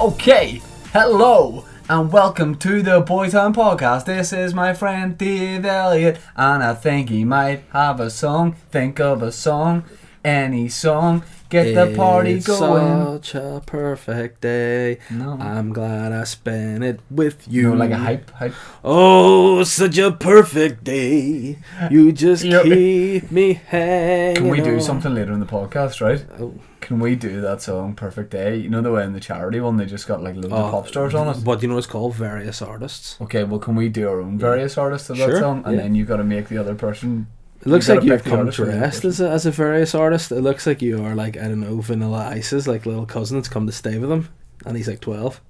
Okay, hello, and welcome to the Boy Time Podcast. This is my friend Dave Elliott, and I think he might have a song. Think of a song, any song. Get the party It's going. Such a perfect day. No. I'm glad I spent it with You you. know, like a hype, hype. Oh, such a perfect day. You just Yep. keep me hanging. Can we do on. something later in the podcast, right? Oh. Can we do that song "Perfect Day"? You know the way in the charity one, they just got like loads Oh, of pop stars on it. What do you know? It's called various artists. Okay, well, can we do our own various artists of that Sure, song, and yeah. then you got to make the other person. It looks You like gotta you've pick the come artist for the dressed person. as a, as a various artist. It looks like you are like I don't know Vanilla Ice's like little cousin that's come to stay with him, and he's like twelve,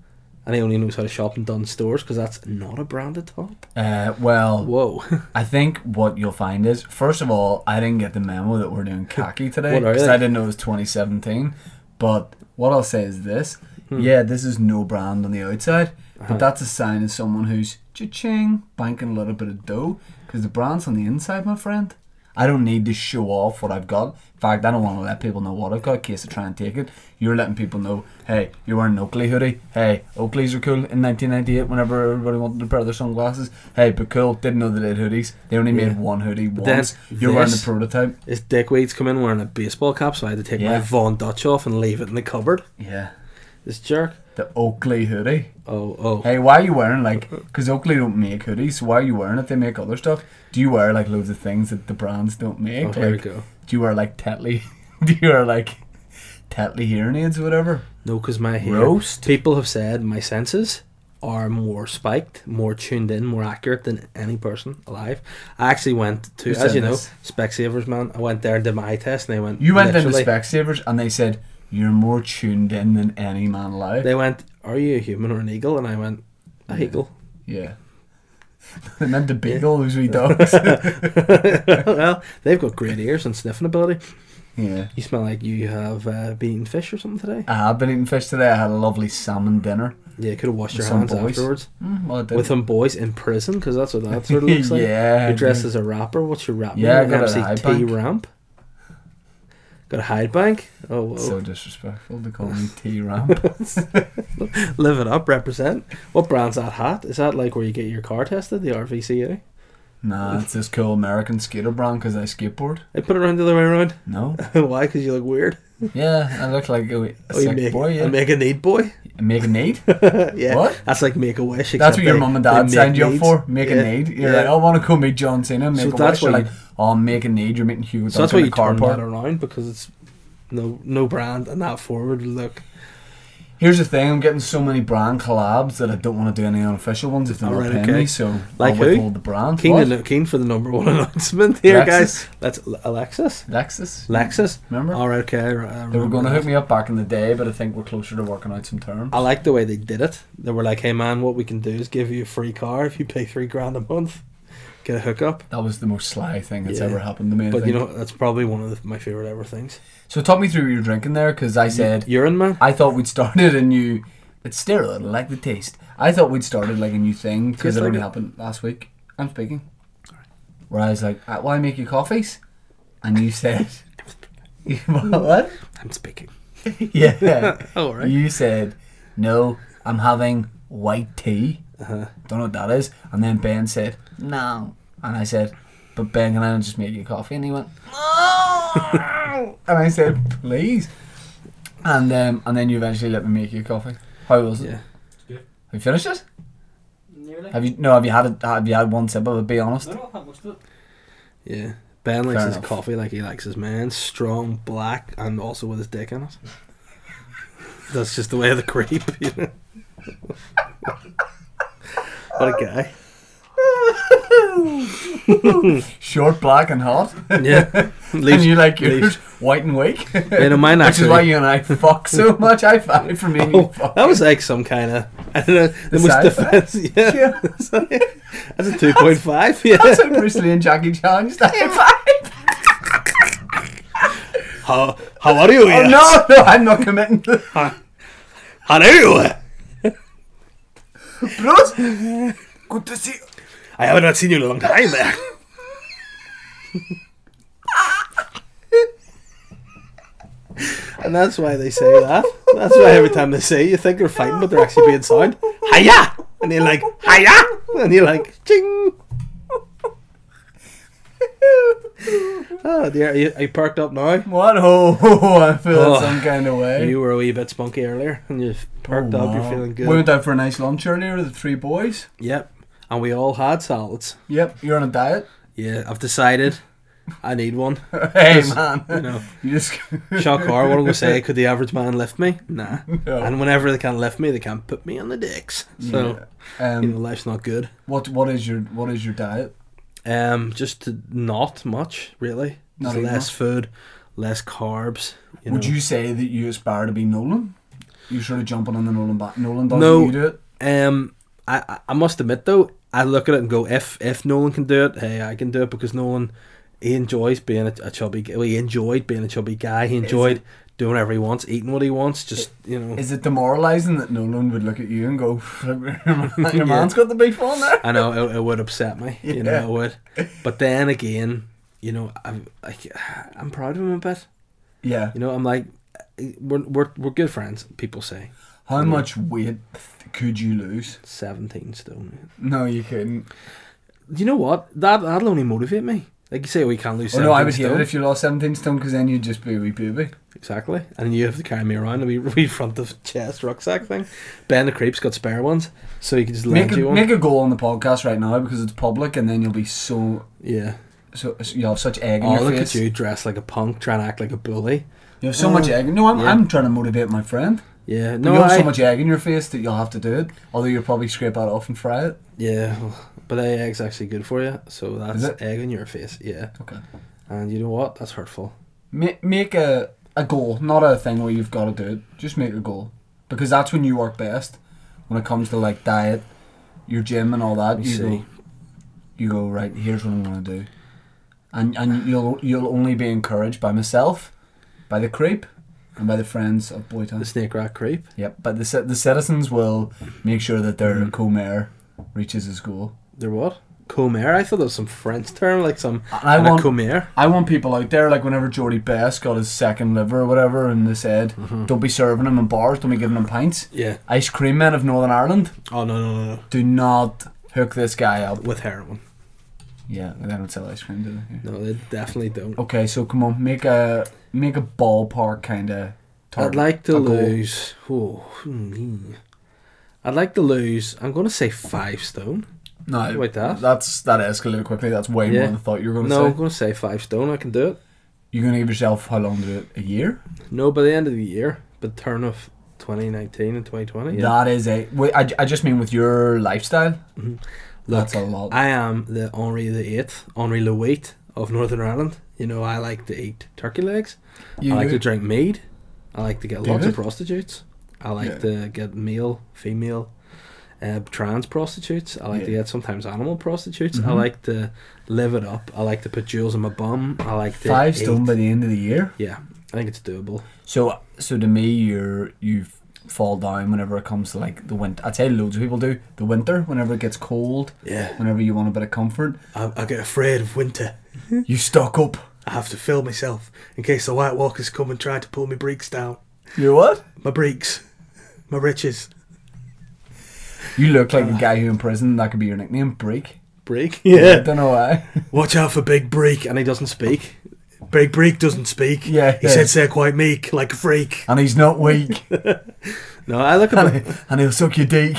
and he only knows how to shop in Dunn stores because that's not a branded top. Uh, well, Whoa. I think what you'll find is, first of all, I didn't get the memo that we're doing khaki today What are because they? I didn't know it was 2017. But what I'll say is this: Hmm. yeah, this is no brand on the outside, Uh-huh. but that's a sign of someone who's cha-ching banking a little bit of dough because the brand's on the inside, my friend. I don't need to show off what I've got. In fact, I don't want to let people know what I've got in case they try and take it. You're letting people know, hey, you're wearing an Oakley hoodie. Hey, Oakleys were cool in 1998 whenever everybody wanted to pair their sunglasses. Hey, but cool, didn't know they did hoodies. They only Yeah. made one hoodie then once. You're wearing the this- prototype. His dickweeds come in wearing a baseball cap, so I had to take Yeah. my Von Dutch off and leave it in the cupboard. Yeah, This jerk. the Oakley hoodie. Oh, oh. Hey, why are you wearing like? Because Oakley don't make hoodies, so why are you wearing it? They make other stuff. Do you wear like loads of things that the brands don't make? oh, here we Like, go. do you wear like Tetley? do you wear like Tetley hearing aids or whatever? No, because my hair. Roast? People have said my senses are more spiked, more tuned in, more accurate than any person alive. I actually went to, Who as said you know, this? Specsavers, man. I went there and did my eye test, and they went. You went literally- into Specsavers and they said you're more tuned in than any man alive. They went, "Are you a human or an eagle?" And I went, "A eagle." yeah. they meant the beagle, those wee dogs. well, they've got great ears and sniffing ability. yeah. You smell like you have uh, been eating fish or something today. I have been eating fish today. I had a lovely salmon dinner. Yeah, you could have washed your With some hands boys. afterwards. Mm, well, I did. with them boys in prison because that's what that sort of looks like. yeah. You're dressed dude. as a rapper. What's your rap? Yeah, I name? got a hide bank. MCT Ramp. Got a hide bank. Oh, whoa. so disrespectful to call me T Ramp. live it up. Represent. What brand's that hat? Is that like where you get your car tested? The RVCA. Nah, it's this cool American skater brand 'cause I skateboard. They put it around the other way around. No. Why? Because you look weird. Yeah, I look like a, a Oh, you sick make, boy. Yeah. a Make, make a need boy. a need. yeah. What? That's like make a wish. That's what your mum and dad signed you up for. Make a need. You're like, I want to go meet John Cena. Make So a that's wish. You're why like, oh, make a need. You're meeting Hugh. So that's why Duncan you at turn that Carport. around because it's no no brand and that forward look. Here's the thing. I'm getting so many brand collabs that I don't want to do any unofficial ones if they're not Alright, paying okay. me. So Like I'll who? withhold the brand. Keen, What? to, keen for the number one announcement here, Lexus? guys. Let's Alexis. Lexus. Lexus. Remember? All right, okay. I re- I they were remember going to hook that. me up back in the day, but I think we're closer to working out some terms. I like the way they did it. They were like, "Hey man, what we can do is give you a free car if you pay three grand a month, get a hookup." that was the most sly thing that's Yeah. ever happened to me. I But think. you know, that's probably one of the, my favorite ever things. So talk me through what you're drinking there, because I said Urine man. I thought we'd started a new. It's sterile. I like the taste. I thought we'd started like a new thing because Tastes it like only it. happened last week. I'm speaking. Where I was like, "Uh, "Why make you coffees?" And you said, "What?" I'm speaking. Yeah. All right. You said, "No, I'm having white tea." Uh-huh. Don't know what that is. And then Ben said, "No," and I said, "But Ben, can I just make you coffee?" And he went, "No," and I said, "Please." And um, and then you eventually let me make you coffee. How was it? Yeah. Have you finished it? Have you no? Have you had it? Have you had one sip of it? Be honest. Yeah. Ben likes Fair his enough. coffee like he likes his man, strong, black, and also with his dick in it. That's just the way of the creep. You know? what a guy. Short, black, and hot. Yeah. and you like yours leaves. white and weak. Yeah, no, mine Which is actually- why you and I fuck so much. I fight for me. and you Oh, fuck. that was like some kind of I don't know the, most sci-fi? defense. Yeah, Yeah. It's like- that's a two point five. Yeah, That's how Bruce Lee and Jackie Chan used to fight. how how are you? Oh yeah? no, no, I'm not committing. how are you? Bruce, good to see. you. I have not seen you in a long time. eh? and that's why they say that. That's why every time they say it, you think they're fighting, but they're actually being sound. Hiya! And you're like, hiya! And you're like, ching! Oh dear, are you, are you parked up now? What? Oh, I feel Oh. in some kind of way. You were a wee bit spunky earlier, and you've parked Oh, up, you're wow. feeling We good. went out for a nice lunch earlier with the three boys. Yep, and we all had salads. Yep, you're on a diet. Yeah, I've decided I need one. hey, Yes. man. You know, You just. shock horror, what am I going to say? Could the average man lift me? Nah. No. And whenever they can't lift me, they can't put me on the dicks. So, um, you know, life's not good. what what is your what is your diet? Um, just to- not much really. Not Just even less food, less carbs. You Would know. you say that you aspire to be Nolan? You're sort of jumping on the Nolan back. Nolan does No. you do it. Um, I I- I must admit though, I look at it and go, if if Nolan can do it, hey, I can do it because Nolan, he enjoys being a, a chubby. g- Well, he enjoyed being a chubby guy. He enjoyed doing whatever he wants, eating what he wants. Just you know. Is it demoralising that Nolan would look at you and go, "Your Yeah. man's got the beef on there"? I know it, it would upset me. You Yeah. know it would. But then again, you know, I'm like, I'm proud of him a bit. Yeah. You know, I'm like, we're we're we're good friends. People say How much weight could you lose? seventeen stone. man. No, you couldn't. You know what? That that'll only motivate me. Like you say, we can't lose. Oh no, I 17 would hear stone. it if you lost 17 stone because then you'd just be a wee baby. Exactly, and you have to carry me around a wee, wee front of chest rucksack thing. Ben the creep's got spare ones, so you can just lend Make a, you one. make a goal on the podcast right now because it's public, and then you'll be so yeah. so you'll have such egg in Oh, your look face. at you dressed like a punk, trying to act like a bully. You have so much egg. No, I'm, Yeah. I'm trying to motivate my friend. Yeah, No, no, you have I, so much egg in your face that you'll have to do it. Although you'll probably scrape that off and fry it. yeah, well, but that egg's actually good for you. So that's it? egg on your face. Yeah, Okay. and you know what? That's hurtful. Make, make a, a goal, not a thing where you've got to do it. Just make a goal because that's when you work best. When it comes to like diet, your gym and all that, Let me you see. go, you go right. Here's what I'm gonna do, and and you'll you'll only be encouraged by myself, by the creep, and by the friends of Boytown. The snake rat creep. Yep, but the ci- the citizens will make sure that their Mhm. co-mayor reaches his goal. They're what? Comer. I thought that was some French term, like some And I and want a comer. I want people out there like whenever Jordy Best got his second liver or whatever, and they said don't be serving him in bars, don't be giving him pints. Yeah. Ice cream men of Northern Ireland, Oh no no no do not hook this guy up. no. With heroin. Yeah, they don't sell ice cream, do they? Yeah. No, they definitely don't. Okay, so come on, make a make a ballpark kind of. I'd like to a goal. lose. Oh, hmm. I'd like to lose. I'm going to say five stone. No, Like that? That's that escalated quickly. That's way Yeah. more than I thought you were going to No, I'm say. going to say five stone. I can do it. You're going to give yourself how long to do it? A year? No, by the end of the year, but turn of 2019 and 2020. Yeah. That is a. wait, I, I just mean with your lifestyle. That's a lot. I am the Henri the Eighth, Henri Louis of Northern Ireland. You know, I like to eat turkey legs. you I like do- to drink mead. I like to get Do lots it. of prostitutes. I like Yeah. to get male, female, uh, trans prostitutes. I like to Yeah. get sometimes animal prostitutes. I Mhm. like to live it up. I like to put jewels in my bum. I like to five eat. stone by the end of the year. Yeah, I think it's doable. So so to me, you're you fall down whenever it comes to like the winter. I tell you, loads of people do the winter whenever it gets cold. Yeah, Whenever you want a bit of comfort, I, I get afraid of winter. you stock up. I have to fill myself in case the White Walkers come and try to pull my breeks down. You what? My breeks, my riches. You look like the guy who in prison. That could be your nickname, Break. Break. I Uh. Yeah. don't know why. Watch out for Big Break, and he doesn't speak. Big Break doesn't speak. Yeah, He yeah. said, "Say quite meek, like a freak." and he's not weak, No, I look at and, he, and he'll suck your dick.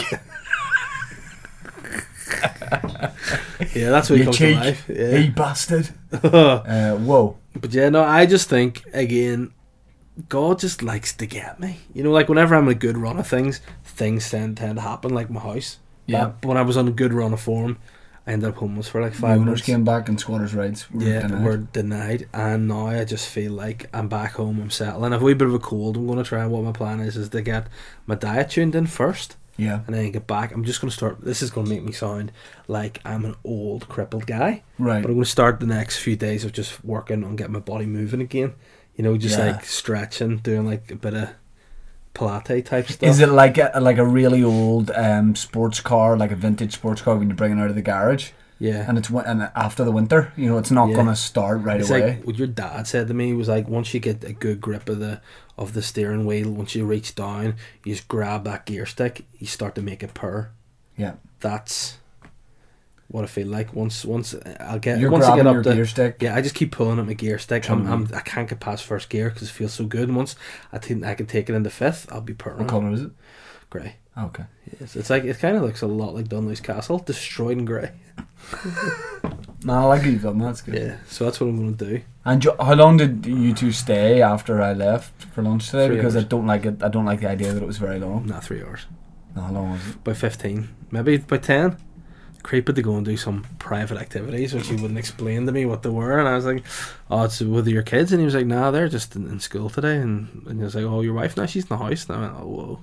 Yeah, that's what he you comes cheek, to life. he Yeah. bastard. Uh, whoa. but yeah, no, I just think again, God just likes to get me. You know, like whenever I'm on a good run of things, things tend, tend to happen. Like my house. Yeah. But when I was on a good run of form, I ended up homeless for like The five owners months. came back and squatters' rights. Were yeah, denied. were denied, and now I just feel like I'm back home. I'm settling. I have a wee bit of a cold. I'm gonna try. What my plan is is to get my diet tuned in first, yeah, and then get back. I'm just gonna start. This is gonna make me sound like I'm an old crippled guy. right. But I'm going to start the next few days of just working on getting my body moving again. You know, just Yeah. like stretching, doing like a bit of Pilates type stuff. Is it like a like a really old um, sports car, like a vintage sports car, when you bring it out of the garage, Yeah. and it's win- and after the winter, you know, it's not Yeah. gonna start right It's away. like what your dad said to me was like, once you get a good grip of the of the steering wheel. Once you reach down, you just grab that gear stick. You start to make it purr. Yeah. That's what I feel like. Once, once I'll get You're once I grabbing get your up to gear stick. yeah, I just keep pulling at my gear stick. I'm, I'm I can't get past first gear because it feels so good. And once I think I can take it into fifth, I'll be purring. What colour is it? Oh, Grey. Okay. Yes, it's like it kind of looks a lot like Dunluce Castle, destroyed in grey. No, I like you've done that. That's good. Yeah, so that's what I'm gonna do. And jo- how long did you two stay after I left for lunch today? Three because I hours. don't like it. I don't like the idea that it was very long. Not three hours, No, how long was it? by fifteen, maybe by ten. Creepy to go and do some private activities, which he wouldn't explain to me what they were, and I was like, "Oh, it's with your kids," and he was like, "Nah, they're just in, in school today," and, and he was like, "Oh, your wife now? She's in the house now." And I went, "Oh, whoa,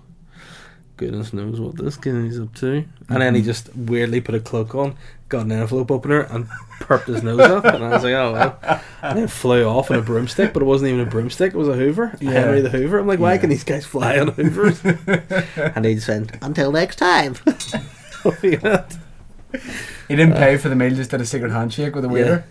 goodness knows what this guy's up to." And then he just weirdly put a cloak on, got an envelope opener, and perked his nose up, and I was like, "Oh well." And then flew off on a broomstick, but it wasn't even a broomstick; it was a Hoover, Yeah. Henry the Hoover. I'm like, "Why Yeah. can these guys fly on Hoovers?" and he just went, Until next time. "Oh, yeah." He Uh, didn't pay for the meal. Just did a secret handshake with the waiter.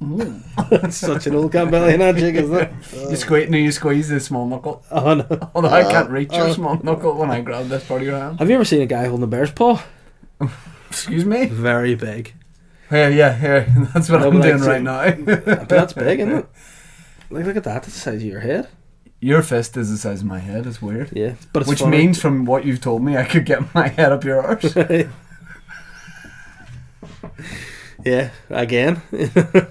Mm. That's such an old Campbellian handshake, isn't it? You squeeze, no, you squeeze the small knuckle. Oh no. Although I can't reach your small knuckle when I grab this part of your hand. Have you ever seen a guy holding a bear's paw? Excuse me. Very big. Here, yeah, here. That's what No, I'm but doing like, right now. But that's big, isn't it? Like, look at that. That's the size of your head. your fist is the size of my head. It's weird. Yeah, but it's Which funny. means, from what you've told me, I could get my head up your arse. yeah, again. but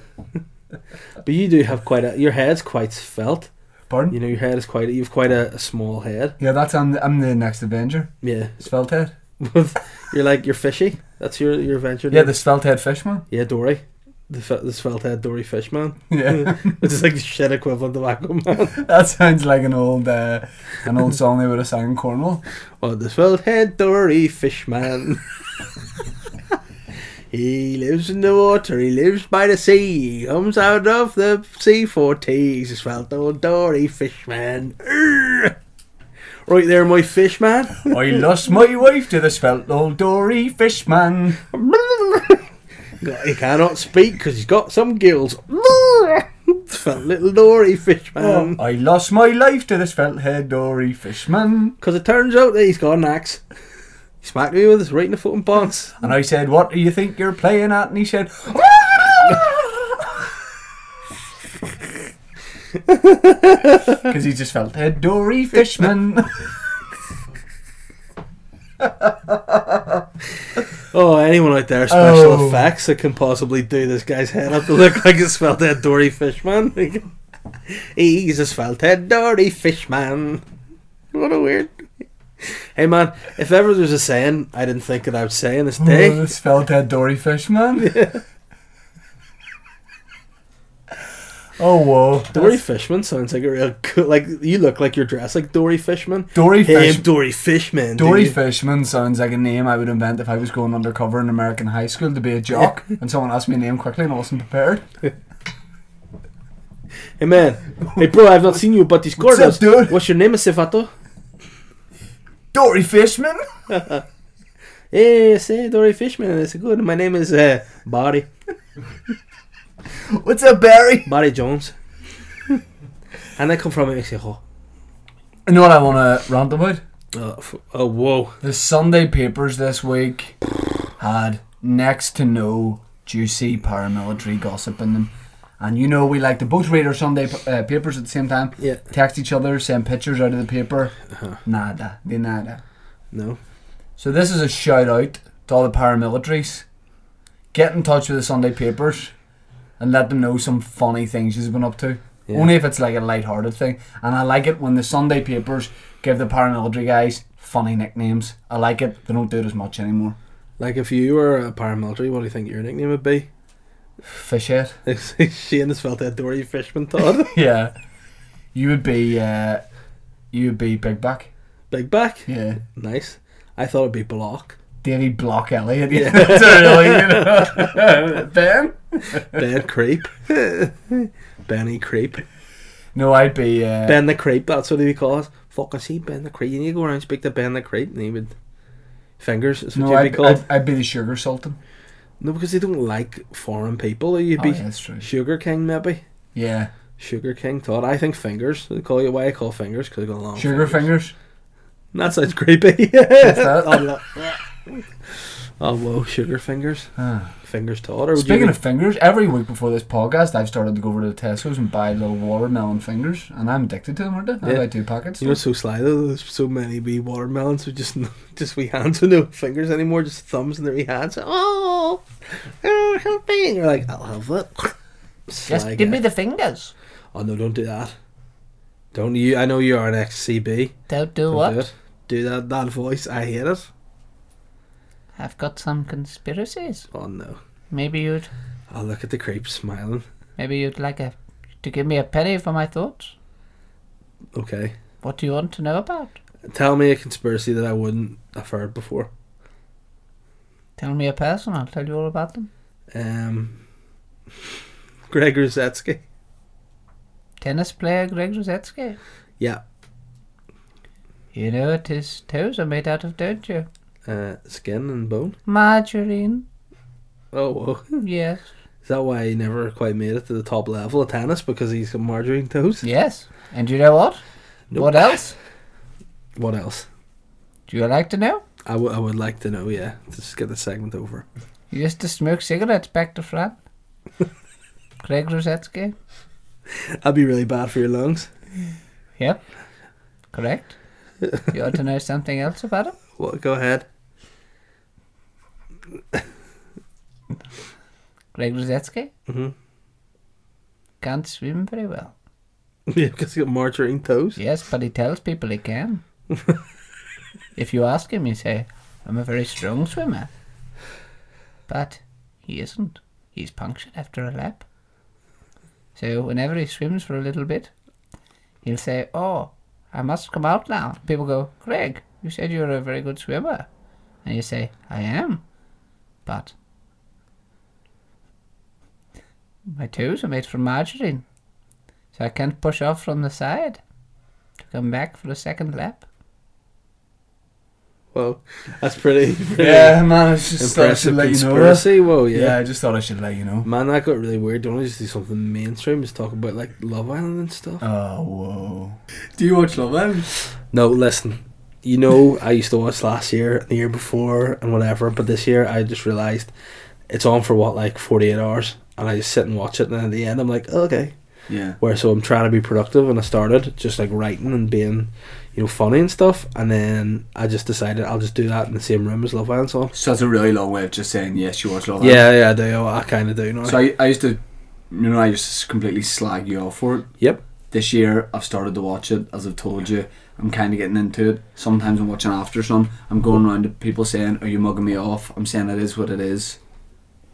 you do have quite a. Your head's quite svelte. Pardon? You know, your head is quite. You've quite a, a small head. yeah, that's I'm. I'm the next Avenger. Yeah, Svelte head. With- you're like you're fishy. That's your your venture. Yeah, the svelte head fishman. yeah, Dory, the fe- the svelte head Dory Fishman, Yeah, which is like the shit equivalent of Aquaman. that sounds like an old, uh, an old song they would have sang in Cornwall. Oh, the svelte head Dory Fishman. he lives in the water, he lives by the sea, he comes out of the sea for tea. He's a svelte old Dory Fishman. Urgh. Right there, my fishman. I lost my wife to the svelte old dory fishman. he cannot speak because he's got some gills. Svelte little Dory Fishman. I lost my life to the svelte head dory fishman. Because it turns out that he's got an axe. He smacked me with his right in the foot and pants. And I said, "What do you think you're playing at?" And he said, "Ah!" "Because he just felt head dory fishman." Oh, anyone out there special Oh. effects that can possibly do this guy's head up to look like a svelte head Dory Fishman. He's a svelte head Dory Fishman. What a weird. Hey man, if ever there's a saying I didn't think that I would say in this Oh, day, the svelte head dory fishman. Oh whoa, Dory Fishman sounds like a real cool. Like you look like you're dressed like Dory Fishman. dory Hey, fish. I'm Dory Fishman. Dory dude. Fishman sounds like a name I would invent if I was going undercover in American high school to be a jock and someone asked me a name quickly and I wasn't prepared. Hey man, hey bro, I've not seen you, but these What's corners. up, dude? What's your name, Sifato? Dory Fishman? Hey, say Dory Fishman. It's good. My name is uh, Barry. What's up, Barry? Barry Jones. and I come from Mexico. You know what I want to rant about? Oh, f- oh whoa. The Sunday papers this week had next to no juicy paramilitary gossip in them. And you know, we like to both read our Sunday p- uh, papers at the same time, Yeah. text each other, send pictures out of the paper. Nada, de nada. No. So, this is a shout out to all the paramilitaries. Get in touch with the Sunday papers and let them know some funny things you've been up to. Yeah. Only if it's like a light-hearted thing. And I like it when the Sunday papers give the paramilitary guys funny nicknames. I like it. They don't do it as much anymore. Like if you were a paramilitary, what do you think your nickname would be? Fishhead. Shane has felt that Dory Fishman Todd. Yeah. You would be uh you would be Big Back. Big back. Yeah. Nice. I thought it'd be Block. Davy Block Elliot. Yeah. That's a really you know. Ben? Ben Creep. Benny Creep. Uh, No, I'd be uh Ben the Creep, that's what he would call us. Fuck, I see Ben the Creep. You need to go around and speak to Ben the Creep and he would. Fingers is what No, you'd I'd, be called. I'd, I'd be the Sugar Sultan. No, because they don't like foreign people. You'd Oh, be yeah, that's true. Sugar King, maybe. Yeah. Sugar King Todd. I think fingers. They call you why I call fingers because got long. Sugar fingers. And That sounds creepy. that? oh, no. oh whoa, sugar fingers, Ah. fingers Todd. Or would Speaking you of fingers, every week before this podcast, I've started to go over to the Tesco's and buy little watermelon fingers, and I'm addicted to them, aren't I? I Yeah. buy two packets. you know, it's so sly though. There's so many wee watermelons with just just wee hands with no fingers anymore, just thumbs and their wee hands. Oh, oh help me! And you're like, I'll have that. Sly guy. the fingers. Oh no, don't do that. Don't you? I know you are an XCB. Don't do Don't what? Do, it. do that that voice. I hate it. I've got some conspiracies. Oh no. Maybe you'd, I look at the creep smiling. maybe you'd like a, to give me a penny for my thoughts. Okay. What do you want to know about? Tell me a conspiracy that I wouldn't have heard before. Tell me a person. I'll tell you all about them. Um, Greg Rosetsky. Tennis player Greg Rosetsky. Yeah. You know what his toes are made out of, don't you? Uh, skin and bone. Margarine. Oh, whoa. Yes. Is that why he never quite made it to the top level of tennis? Because he's got margarine toes? Yes. And you know what? Nope. What else? What else? Do you like to know? I, w- I would like to know, yeah. Let's get the segment over. He used to smoke cigarettes back to front. Greg Rosetsky. That'd be really bad for your lungs. Yep. Correct. you ought to know something else about him. Well, go ahead. Greg Rosetsky Mhm. can't swim very well. Yeah, because he got margarine toes. Yes, but he tells people he can. if you ask him, he say, "I'm a very strong swimmer," but he isn't. He's punctured after a lap. So whenever he swims for a little bit, he'll say, "Oh, I must come out now." People go, "Greg, you said you were a very good swimmer," and you say, "I am," but my toes are made from margarine, so I can't push off from the side to come back for the second lap. Whoa. That's pretty, pretty yeah, man, I just thought I should impressive let you know. that. conspiracy. Whoa, Yeah. yeah. I just thought I should let you know. Man, that got really weird. Don't we just do something mainstream? Just talk about like Love Island and stuff. Oh, whoa. Do you watch Love Island? No, listen. You know, I used to watch last year, the year before, and whatever. But this year, I just realized it's on for what like forty eight hours, and I just sit and watch it. And then at the end, I'm like, okay. Yeah. Where so I'm trying to be productive, and I started just like writing and being, you know, funny and stuff. And then I just decided I'll just do that in the same room as Love Island. So So that's a really long way of just saying, yes, you watch Love yeah, yeah, I do. I kind of do. Now. So I, I used to, you know, I used to completely slag you off for it. Yep. This year, I've started to watch it. As I've told you, I'm kind of getting into it. Sometimes I'm watching after some. I'm going around to people saying, "Are you mugging me off?" I'm saying it is what it is,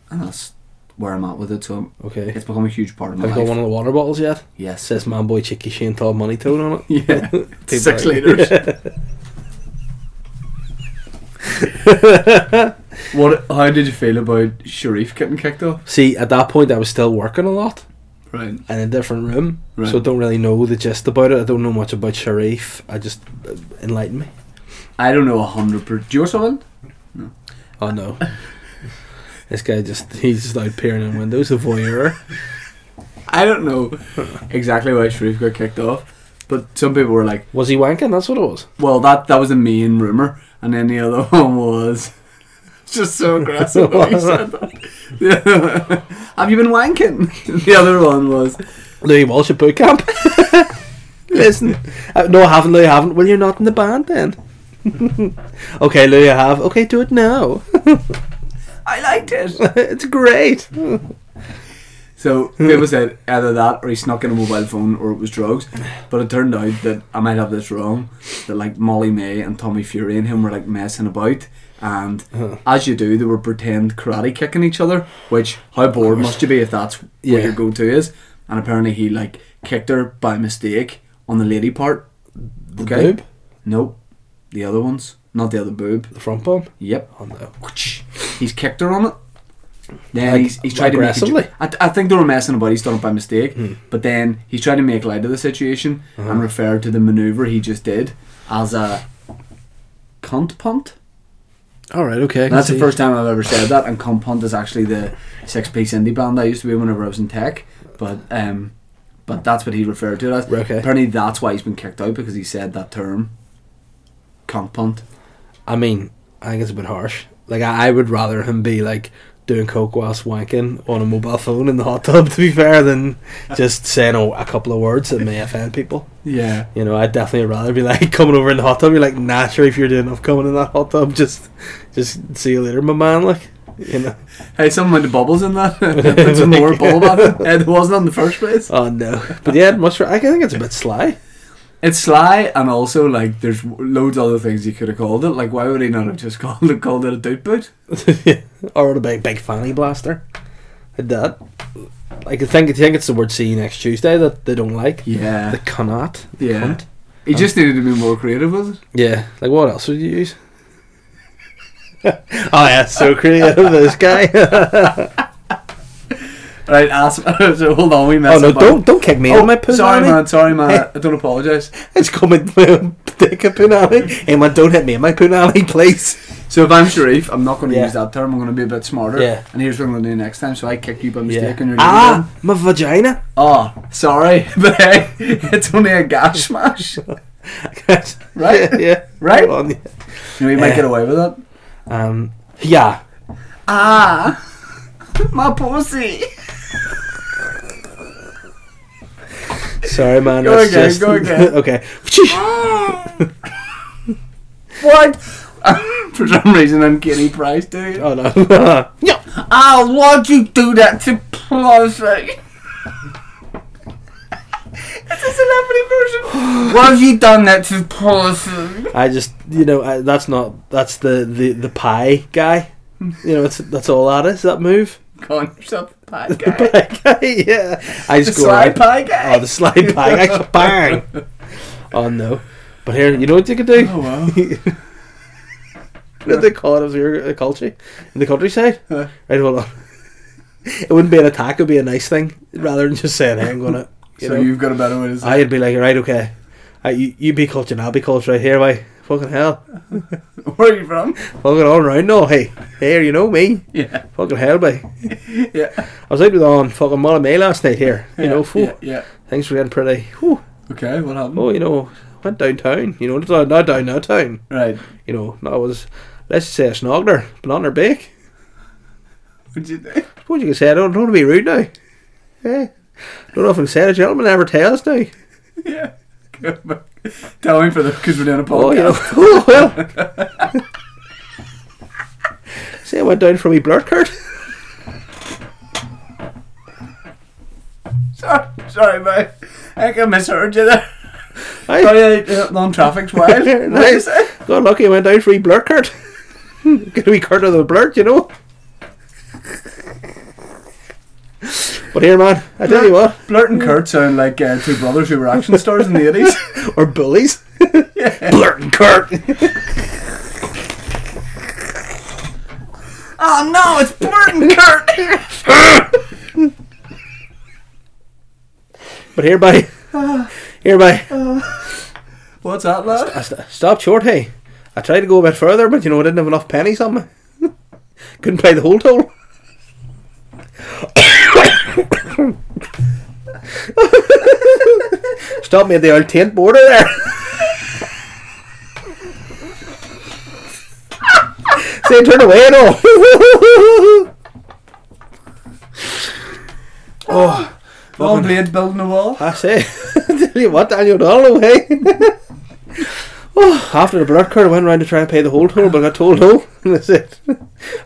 and that's where I'm at with it. So I'm- okay. it's become a huge part of my Have you got life. one of the water bottles yet? Yes. says man boy cheeky Shane Todd Money Tone on it. Yeah. People Six like- liters. what? How did you feel about Sharif getting kicked off? See, at that point, I was still working a lot Right. in a different room, Right. so don't really know the gist about it. I don't know much about Sharif. I just uh, enlighten me. I don't know a hundred percent. Do you know something? Oh no, this guy just—he's just out peering in windows, a voyeur. I don't know exactly why Sharif got kicked off, but some people were like, Was he wanking? That's what it was. "Well, that that was the main rumor," and then the other one was it's just so aggressive. the way he said that. Yeah. Have you been wanking? The other one was, Louis Walsh at boot camp. Listen, uh, no, I haven't, Louis. I haven't. Well, you're not in the band then. okay, Louis, I have. Okay, do it now. "I liked it." it's great. So Hmm. people said either that or he snuck in a mobile phone or it was drugs. But it turned out that I might have this wrong. That like Molly May and Tommy Fury and him were like messing about, and as you do, they were pretend karate kicking each other. Which how bored must you be if that's Yeah. where your go to is? And apparently he like kicked her by mistake on the lady part. The boob, Nope. The other ones, not the other boob. the front bump. Yep. Oh no. He's kicked her on it. Then Like, he's, he's tried to make a jo- aggressively? Hmm. I, I think they were messing about. He's done it by mistake. But then he's tried to make light of the situation Uh-huh. and referred to the maneuver he just did as a cunt punt. All right. Okay. I And that's can the see. first time I've ever said that. And cunt punt is actually the six piece indie band I used to be in whenever I was in tech. But um, But that's what he referred to it as. Okay. Apparently, that's why he's been kicked out because he said that term, cunt punt. I mean, I think it's a bit harsh. Like, I, I would rather him be like doing coke while wanking on a mobile phone in the hot tub, to be fair, than just saying oh, a couple of words that may offend people. Yeah. You know, I'd definitely rather be like coming over in the hot tub. You're like, nah, sure, if you're doing enough coming in that hot tub, just, just see you later, my man. Like, you know, Hey, something with the bubbles in that. Put some more bubble bath in. Eh, There wasn't in the first place. oh no. But yeah, much. I think it's a bit sly. It's sly, and also like there's loads of other things you could have called it. Like, why would he not have just called it called it a doot boot? or the big big fanny blaster. Like that. Like I think I think it's the word see you next Tuesday that they don't like. Yeah, The cunat. The Yeah. Cunt. he just needed to be more creative with it. Yeah. Like what else would you use? oh yeah, so creative this guy. Right, ask. so hold on, we oh messed no, up. don't don't kick me out Oh, my punani. sorry, man. Sorry, man. I don't apologize. It's coming my own dick a punani. Hey man, don't hit me in my punani, please. So if I'm Sharif, I'm not going to Yeah. use that term. I'm going to be a bit smarter. Yeah. And here's what I'm going to do next time. So I kick you by mistake and you're Ah, my vagina. Oh, sorry, but hey, it's only a gas smash, right? yeah, yeah. Right? Hold on, yeah. You know, you might get away with it. Um yeah. Ah, my pussy. Sorry man, Go that's again, just go again. Ah. okay. What? For some reason, I'm Kenny Price doing it. Oh no. Ah, why'd you do that to pussy? it's a celebrity version. Why have you done that to pussy? I just, you know, I, that's not that's the the the pie guy. Hmm. You know, it's, that's all that is. That move, Calling yourself a pie the guy. pie guy. Yeah, I the just go sly around- pie guy. Oh, the slide pie guy. Bang. Oh no. But here, you know what you could do? Oh, wow. What they call it as your uh, culture in the countryside. Huh. Right, hold on. It wouldn't be an attack. It'd be a nice thing rather than just saying, "Hey, I'm gonna." You so know, you've got a better way to say I'd be like, "Right, okay, I, you, you be culture, and I'll be culture right here." Why? Fucking hell! it. Where are you from? Fucking all round. No, hey, here, you know me. Yeah. Fucking hell, bye. Yeah. I was out with on fucking Molly May last night here. You yeah, know, fool. Yeah, yeah. Things were getting pretty. Whew. Okay, what happened? Oh, you know, went downtown. You know, not not down no town. Right. You know, that was let's say a snoggler, but not in her bake. What'd you do? Suppose you could say I don't, don't want to be rude now. Yeah. Don't often say a gentleman ever tells now. Yeah. Go back. Tell me for the because we're doing a Oh, you know. podcast. Oh, well. See, I went down for me blurt card. sorry, sorry, mate. I think I misheard you there. Aye. Oh yeah, non traffic's wild. What did you Nice. say? Got lucky, I went down for me blurt card. Get a wee card of the blurt, you know. But here, man, I tell you what, Blurt and Kurt sound like uh, two brothers who were action stars in the eighties. or bullies. Blurt and Kurt. oh no, it's Blurt and Kurt. But hereby, hereby, What's that, I lad? st- stopped short, hey. I tried to go a bit further, but you know, I didn't have enough pennies on me. Couldn't play the whole toll. Stop me at the old tent border there. Say, turn away and all. oh, Long blade building a wall. I say, tell you what, Daniel Donnelly, hey. oh, after the blood card, I went round to try and pay the whole toll, but I got told no. And that's it. I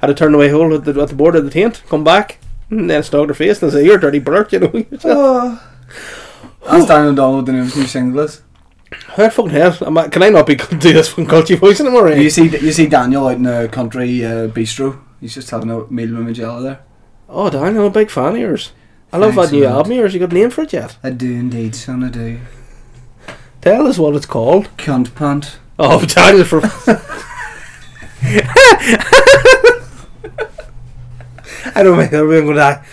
had to turn away whole at the, at the border of the tent, come back, and then snog their face and say, You're a dirty blurt, you know. yourself." Oh. That's Daniel Donald and his new single is. How fucking hell? am I- can I not be do this fucking culture voice anymore? eh? You see, you see Daniel out in a country uh, bistro. He's just having a meal with Magella there. Oh, Daniel, I'm a big fan of yours. I love Thanks, that new man. album of yours. You got a name for it yet? I do indeed, son. I do. Tell us what it's called. Cunt punt. Oh, Daniel, for. I don't think everyone going to die.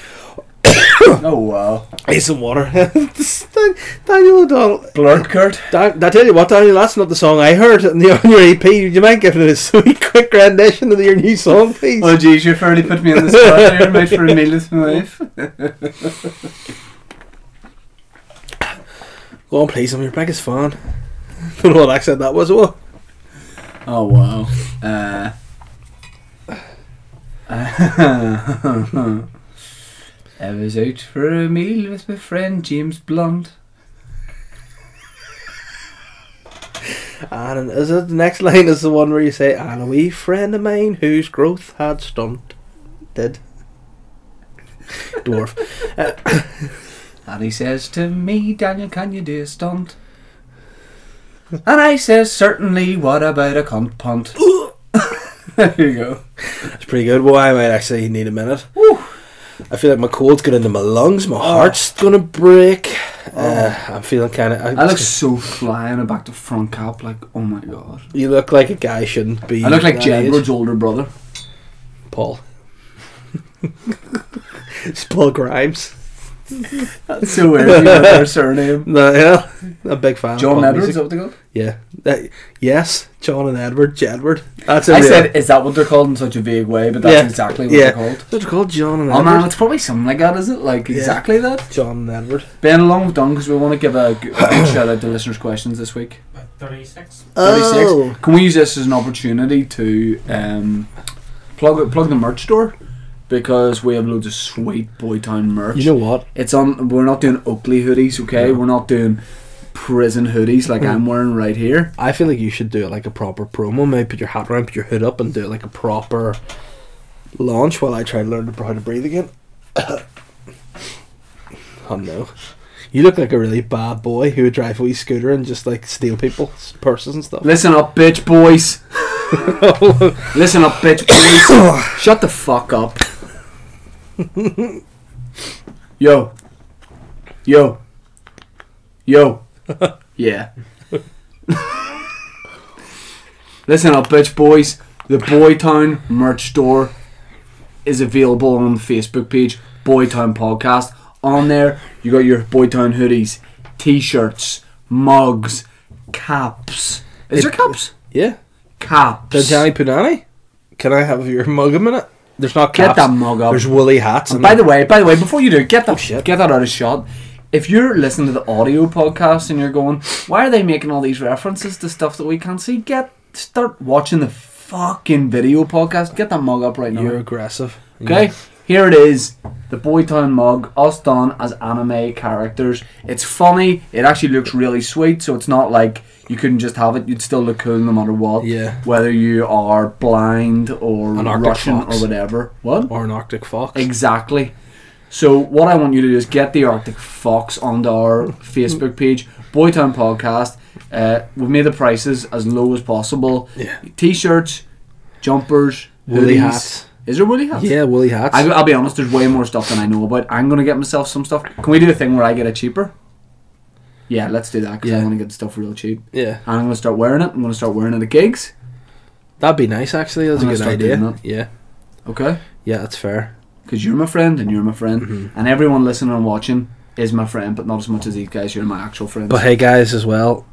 oh wow. Ice and water. Daniel O'Donnell. Blurt Kurt. Dan, I tell you what, Daniel, that's not the song I heard on, the, on your EP. Would you mind giving it a sweet, quick rendition of your new song, please? Oh jeez, you fairly put me on the spot here, mate, for a meal with my wife. Oh, please, I'm your biggest fan. Don't know what accent that was. Oh, Oh wow. Uh, I was out for a meal with my friend James Blunt. and an- is it the next line is the one where you say, "And a wee friend of mine whose growth had stunned, did." Dwarf. And he says to me, Daniel, can you do a stunt? And I says, certainly, what about a cunt punt? there you go. It's pretty good. Well, I might actually need a minute. I feel like my cold's got into my lungs. My heart's gonna break. Oh, Uh, I'm feeling kind of. I look so flying and back to front cap, like, oh my god. You look like a guy shouldn't be. I look like that age. Jedward's older brother. Paul. it's Paul Grimes. That's so weird, you know, their surname. No, yeah, I'm a big fan. of John Paul Edwards, is that music. what they called? Yeah. That- yes, John and Edward. Jedward. That's it. I yeah. said, is that what they're called in such a vague way? But that's Yeah. exactly what Yeah. they're called. They're called John and Oh Edward. man, it's probably something like that, is it? Like Yeah. exactly that. John and Edward. Ben, along with Don, because we want to give a, g- a big shout out to listeners' questions this week. 36. 36. Can we use this as an opportunity to um, plug plug the merch store because we have loads of sweet Boytown merch. You know what? it's on. We're not doing Oakley hoodies, okay? No. Mm. We're not doing prison hoodies like I'm wearing right here. I feel like you should do it like a proper promo. Maybe put your hat around, put your hood up, and do it like a proper launch while I try to learn to- how to breathe again. oh no. You look like a really bad boy who would drive a wee scooter and just like steal people's purses and stuff. Listen up, bitch boys. Listen up, bitch boys. Shut the fuck up. Yo. Yo. Yo. Yeah. Listen up, bitch boys. The Boytown merch store is available on the Facebook page, Boytown Podcast. On there, you got your Boytown hoodies, t shirts, mugs, caps. Is there caps? yeah. Caps. Dantani Punani, can I have your mug a minute? There's not Get caps. that mug up. There's woolly hats. And And by the way, by the way, before you do, get that shit. get that out of shot. If you're listening to the audio podcast and you're going, why are they making all these references to stuff that we can't see? Get start watching the fucking video podcast. Get that mug up right now. you're aggressive. okay, here it is, the Boytown mug, us done as anime characters. It's funny. It actually looks really sweet. So it's not like you couldn't just have it. You'd still look cool no matter what. Yeah. Whether you are blind or An Arctic Russian fox. or whatever. What? Or an Arctic fox. Exactly. So what I want you to do is get the Arctic Fox onto our Facebook page, Boytown Podcast. Uh, we've made the prices as low as possible. Yeah. T-shirts, jumpers, Woolly hoodies. hats. Is there woolly hats? Yeah, woolly hats. I, I'll be honest. There's way more stuff than I know about. I'm gonna get myself some stuff. Can we do a thing where I get it cheaper? Yeah, let's do that because I Yeah. want to get stuff real cheap. yeah. And I'm gonna start wearing it. I'm gonna start wearing it at gigs. That'd be nice actually. That's I'm a gonna good start doing idea. that. Yeah. Okay. Yeah, that's fair. because you're my friend and you're my friend, and everyone listening and watching is my friend, but not as much as these guys. You're my actual friends. But hey, guys, as well,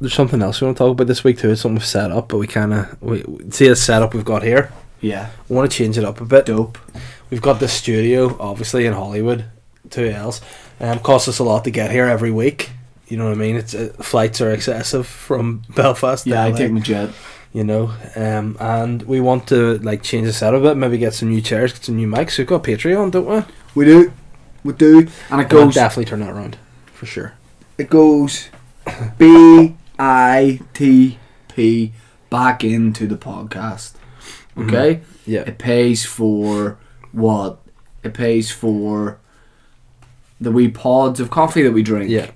there's something else we want to talk about this week too. It's something we've set up, but we kind of we, we- see the setup we've got here. yeah, We want to change it up a bit. dope. We've got this studio, obviously in Hollywood, two L's. Um, costs us a lot to get here every week. You know what I mean? It's uh, flights are excessive from Belfast. to Yeah, I LA, take my jet. You know, um, and we want to like change the setup a bit. Maybe get some new chairs, get some new mics. We've got Patreon, don't we? We do, we do, and it We'll goes. definitely turn that around for sure. It goes. B I T P back into the podcast. Okay, Mm-hmm. Yeah. it pays for what? It pays for the wee pods of coffee that we drink. Yeah.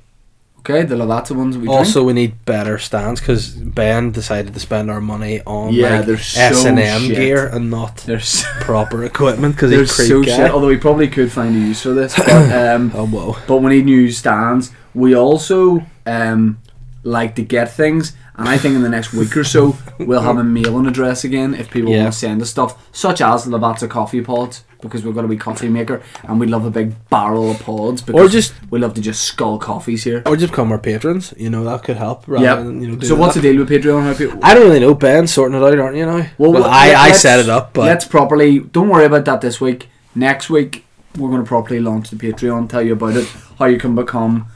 Okay, the Lavazza ones that we drink. Also, we need better stands because Ben decided to spend our money on Yeah, like they're so S and M shit. gear and not there's. proper equipment because They're he's creep so guy. shit. Although we probably could find a use for this, but, um, Oh whoa! but we need new stands. We also um, like to get things, and I think in the next week or so we'll have a mailing address again if people Yeah. want to send us stuff, such as Lavazza coffee pods because we've got a wee coffee maker and we'd love a big barrel of pods. Because Or just we love to just skull coffees here. or just become our patrons. You know that could help. Rather Yeah. than, you know, So what's the deal with Patreon? How people? I don't really know. Ben sorting it out, aren't you now? Well, let- I, I let's- set it up, but let's properly. Don't worry about that this week. Next week, we're going to properly launch the Patreon. Tell you about it, how you can become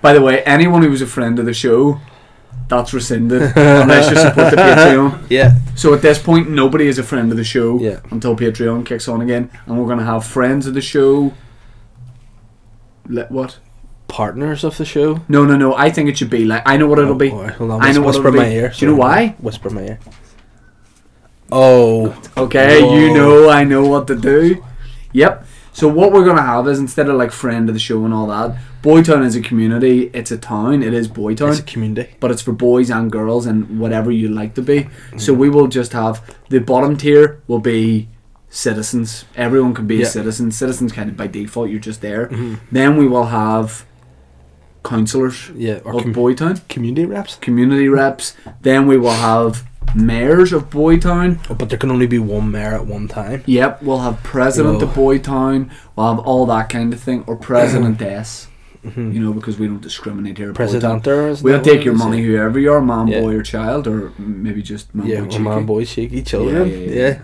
By the way, anyone who was a friend of the show, that's rescinded unless you support the Patreon. Yeah. So at this point, nobody is a friend of the show Yeah. until Patreon kicks on again, and we're gonna have friends of the show. Let what? Partners of the show. No, no, no. I think it should be like I know what it'll be. Oh, alright, hold on, I know what whisper it'll in my be. ear. Do you know why? Whisper in my ear. Oh. Okay, Whoa. you know I know what to do. Yep. So what we're gonna have is instead of like friend of the show and all that, Boytown is a community. It's a town. It is Boytown. It's a community. but it's for boys and girls and whatever you like to be. So Mm. we will just have the bottom tier will be citizens. Everyone can be Yeah. Mm. a citizen. Citizens kind of by default, you're just there. Then we will have councillors Yeah. Or of com- Boytown, community reps. community reps. Then we will have mayors of Boytown. Oh, but there can only be one mayor at one time. Yep, we'll have president of Boytown. We'll have all that kind of thing, or presidentess. You know, because we don't discriminate here. at Boytown. Mm-hmm. President or is We'll that what take your it is? money, whoever you are, man, Yeah. boy, or child, or maybe just man, Yeah, boy, or cheeky. man, boy, cheeky children. Yeah, Yeah. yeah, yeah.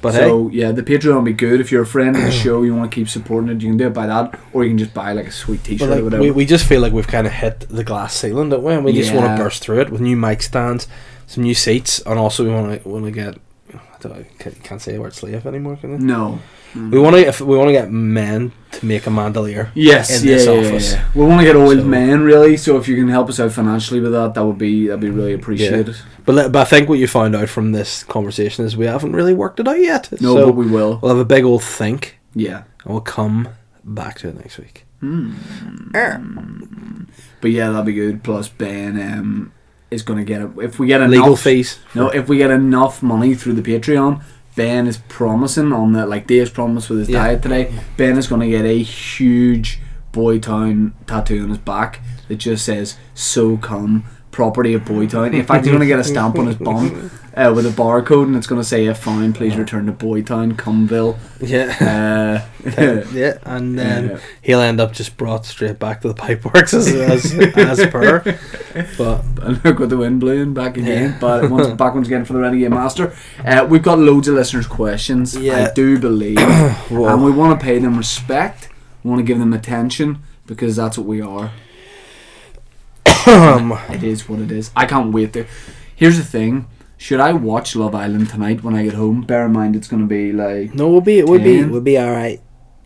But hey, so yeah, the Patreon would be good if you're a friend of the show. You want to keep supporting it, you can do it by that, or you can just buy like a sweet T-shirt but or like, whatever. we, we just feel like we've kind of hit the glass ceiling, don't we? And we just want Yeah. to burst through it with new mic stands, some new seats, and also we want to want to get. I don't, I can't can't say the word slave anymore, can I? no. We want to if we want to get men to make a mandolier. Yes, Mm. in yeah, this yeah, office. yeah, yeah. We want to get old So- men, really. So if you can help us out financially with that, that would be that'd be really appreciated. But let- but I think what you found out from this conversation is we haven't really worked it out yet. No, so but we will. we'll have a big old think, Yeah. and we'll come back to it next week. But yeah, that'd be good. Plus, Ben um, is going to get a, if we get enough Legal fees. No, if we get enough money through the Patreon, Ben is promising on the like Dave's promised with his Yeah. diet today. Ben is going to get a huge Boytown tattoo on his back that just says "So come." Property of Boytown. In fact, he's going to get a stamp on his bum uh, with a barcode, and it's going to say, "If found, please return to Boytown, Cumville." Yeah. Uh, yeah, and then Yeah. he'll end up just brought straight back to the pipeworks as as, as per. But and look what the wind blew in back again. But once back once again for the Renegade Master. Uh, we've got loads of listeners' questions. Yeah. I do believe, um, and we want to pay them respect. We want to give them attention because that's what we are. um, It is what it is. I can't wait to. Here's the thing: should I watch Love Island tonight when I get home? Bear in mind, it's going to be like. no, we'll be it would be Ten. we'll be all right.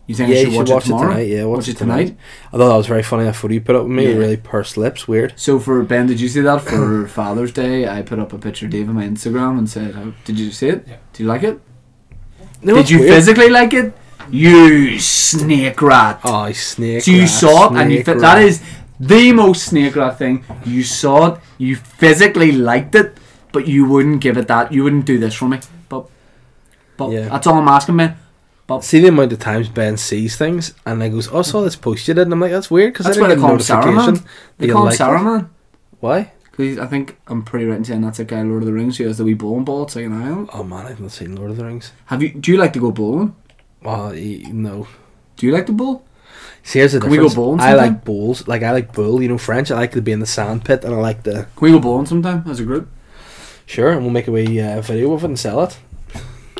You think yeah, I you should, watch, it tomorrow? tonight. Yeah, watch, watch it tonight. I thought that was very funny. That photo you put up with me, Yeah. really pursed lips. Weird. So for Ben, did you see that for Father's Day? I put up a picture of Dave on my Instagram and said, oh, "Did you see it? Do you like it?" No, Did it's you weird. physically like it? You snake rat. Oh, snake. so you rat, saw it and you snake fi- rat. that is the most snake rat thing. You saw it, you physically liked it, but you wouldn't give it that. You wouldn't do this for me. But, but Yeah. that's all I'm asking, man. See the amount of times Ben sees things and then goes, "Oh, I saw this post you did," and I'm like, "That's weird," because I That's didn't why they get a call him notification. Saruman. They that you call him liked it." Saruman. Why? Because I think I'm pretty right in saying that's a guy in Lord of the Rings who has the wee bowling ball at Second Island. Oh man, I've not seen Lord of the Rings. Have you? Do you like to go bowling? Well, y- no. Do you like to bowl? See, here's the Can we go difference. bowling I sometime? like bowls. Like I like bowl. You know, French. I like to be in the sand pit, and I like the Can we go bowling sometime as a group? sure. And we'll make a wee uh, video of it and sell it.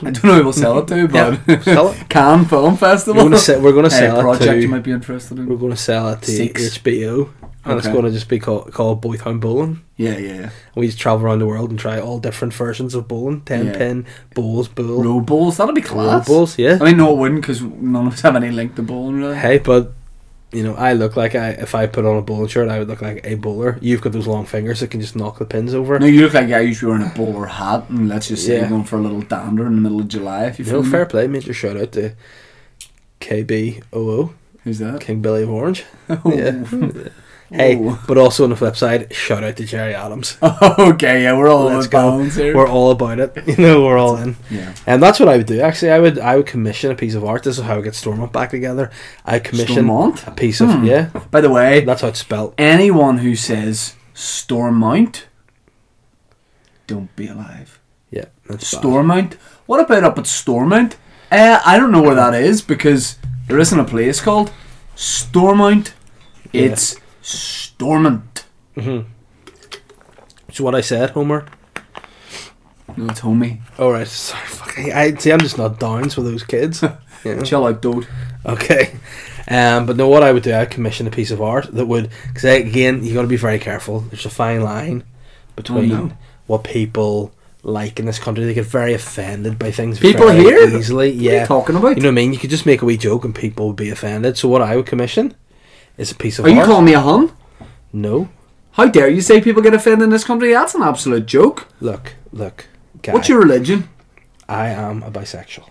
I don't know who we'll sell it to, but sell it. Cannes Film We're Festival. gonna sell. We're gonna Hey, sell it project you to. might be interested We're in. gonna sell it to Six. HBO, and it's Okay. gonna just be called called Boytown Bowling. Yeah, yeah, yeah. And we just travel around the world and try all different versions of bowling: ten Yeah. pin, bowls, bowl, Row bowls, that'll be roll class. Oh, bowls. Yeah. I mean, no, it wouldn't because none of us have any link to bowling, really. Hey, but you know, I look like I if I put on a bowling shirt, I would look like a bowler. You've got those long fingers that can just knock the pins over. No, you look like a guy who's wearing a bowler hat, and let's just say Yeah. you're going for a little dander in the middle of July, if you You feel know, me. fair play. Major shout out to KBOO, Who's that? King Billy of Orange. Yeah. Oh. hey, but also on the flip side, shout out to Jerry Adams. Oh. okay, yeah, we're all Let's let go. balance here. We're all about it. You know, we're all in. yeah. And that's what I would do. Actually, I would I would commission a piece of art. This is how I get Stormont back together. I commission Stormont? a piece of Hmm. yeah. By the way, That's how it's spelled. anyone who says Stormont, don't be alive. Yeah, that's bad. Stormont. What about up at Stormont? Uh, I don't know where that is because there isn't a place called Stormont. It's Stormont. It's Mm-hmm. what I said, Homer. No, it's homie. All right, sorry, fucking. I see. I'm just not downs with those kids. Yeah. Chill out, dude. Okay. Um, but no, what I would do, I'd commission a piece of art that would, because again, you got to be very careful. There's a fine line between Oh, no. what people like in this country. They get very offended by things. People very here? easily, What are yeah. you talking about? You know what I mean? You could just make a wee joke and people would be offended. So what I would commission is a piece of Are you art. calling me a hun? no, How dare you say people get offended in this country? That's an absolute joke. look, look, guy. What's your religion? I am a bisexual.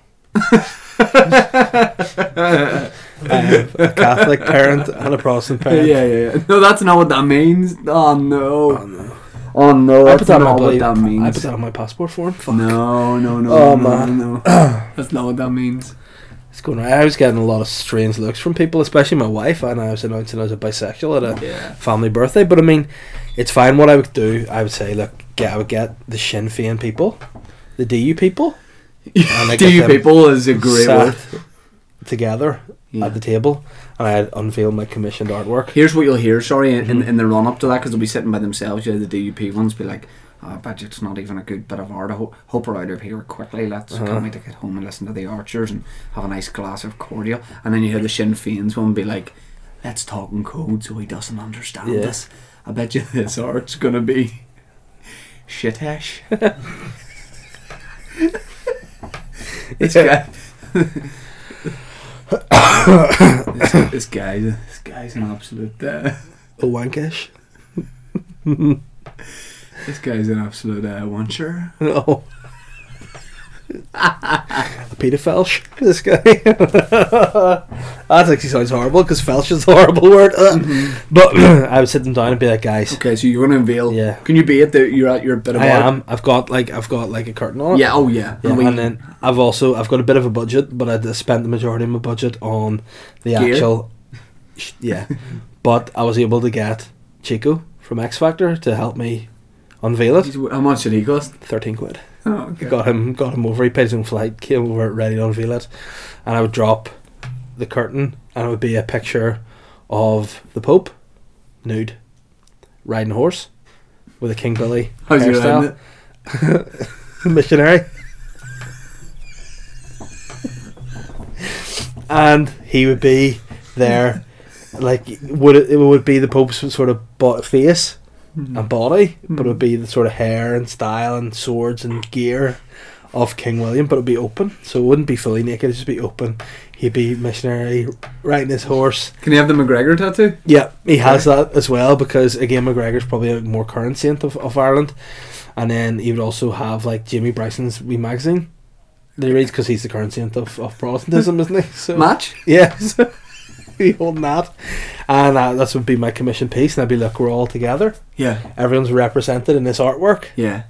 I have a Catholic parent and a Protestant Yeah, parent. yeah, yeah. No, that's not what that means. Oh no. Oh, no. Oh no, I that's put that not on my what that bloody- I put means. that on my passport form. Fuck. No, no, no, no, Oh, no, man. no, no. That's not what that means. It's going right. I was getting a lot of strange looks from people, especially my wife, and I was announcing I was a bisexual at a Yeah. family birthday. But I mean, it's fine. What I would do, I would say, look, get, I would get the Sinn Féin people, the DU people, and I Do get you them people is a great sat word. together Yeah. at the table, and I'd unveil my commissioned artwork. Here's what you'll hear, sorry, in, in, in the run up to that, because they'll be sitting by themselves. Yeah, the DUP ones be like, oh, I bet it's not even a good bit of art. I ho- hope we're out of here quickly. Let's Uh-huh. can't wait to get home and listen to the Archers and have a nice glass of cordial. And then you hear the Sinn Féin's one be like, let's talk in code so he doesn't understand Yeah. us. I bet you this art's going to be shitesh. this guy. this, this guy, this guy's an absolute. Uh, A wankish. This guy's an absolute uh, wancher. Oh. a Peter Felsh, this guy. that actually sounds horrible because Felsh is a horrible word. Uh, But I would sit them down and be like, guys, Okay, so you're gonna unveil. Yeah. Can you be at the? You're at your bit of. I art? am. I've got like I've got like a curtain on. it. Yeah. Oh yeah. Yeah, And we- and then I've also I've got a bit of a budget, but I d- spent the majority of my budget on the Gear? actual. sh- Yeah, but I was able to get Chico from X Factor to help me unveil it. Jeez, wh- how much did he cost? Thirteen quid. Oh, okay. Got him, got him over. He paid his own flight, came over ready to unveil it, and I would drop the curtain, and it would be a picture of the Pope, nude, riding a horse, with a King Billy How's he riding hairstyle, missionary, and he would be there, like would it, it would be the Pope's sort of bo- face, and body, but it would be the sort of hair and style and swords and gear of King William, but it would be open, so it wouldn't be fully naked, it'd just be open. He'd be missionary riding his horse. Can he have the McGregor tattoo? Yeah, he has that as well because again, McGregor's probably a more current saint of, of Ireland, and then he would also have like Jimmy Bryson's wee magazine. That he reads because he's the current saint of, of Protestantism, isn't he? So Match. yeah, so he holding that, and uh, that's would be my commission piece, and I'd be like, we're all together Yeah. everyone's represented in this artwork. Yeah.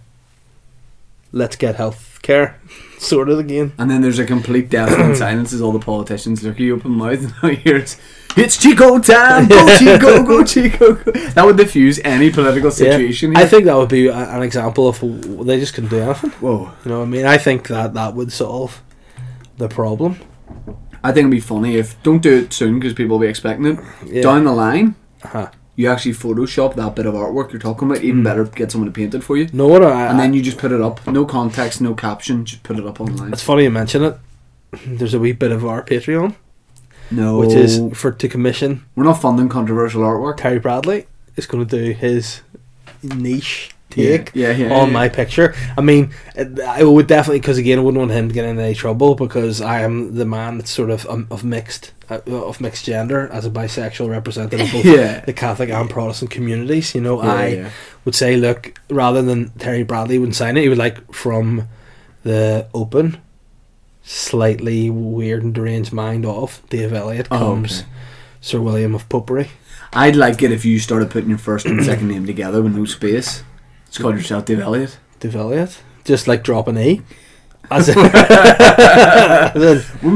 Let's get health care sorted again. And then there's a complete death and silence as all the politicians look at you open mouth and all you hear is, "It's Chico time! Go Chico! Go Chico!" Go. That would diffuse any political situation. I here. think that would be a- an example of w- they just couldn't do anything. Whoa. You know what I mean? I think that that would solve the problem. I think it'd be funny if don't do it soon because people will be expecting it. Yeah. Down the line, Uh-huh. you actually Photoshop that bit of artwork you're talking about. Even better, get someone to paint it for you. No, what Uh, I, and then you just put it up. No context, no caption. Just put it up online. It's funny you mention it. There's a wee bit of our Patreon, No, which is for to commission we're not funding controversial artwork. Terry Bradley is going to do his niche take Yeah, yeah, yeah, on yeah. my picture. I mean, it- I would definitely because again, I wouldn't want him to get in any trouble because I am the man that's sort of um, of mixed uh, of mixed gender as a bisexual representative of both Yeah. the Catholic and Protestant communities. You know, Yeah, I yeah. would say, look, rather than Terry Bradley wouldn't sign it, he would like from the open. Slightly weird and deranged mind of Dave Elliott Oh, comes okay. Sir William of Popery. I'd like it if you started putting your first and second name together with no space. Just call yourself Dave Elliott. Developed. Just like drop an E. As in, Wouldn't be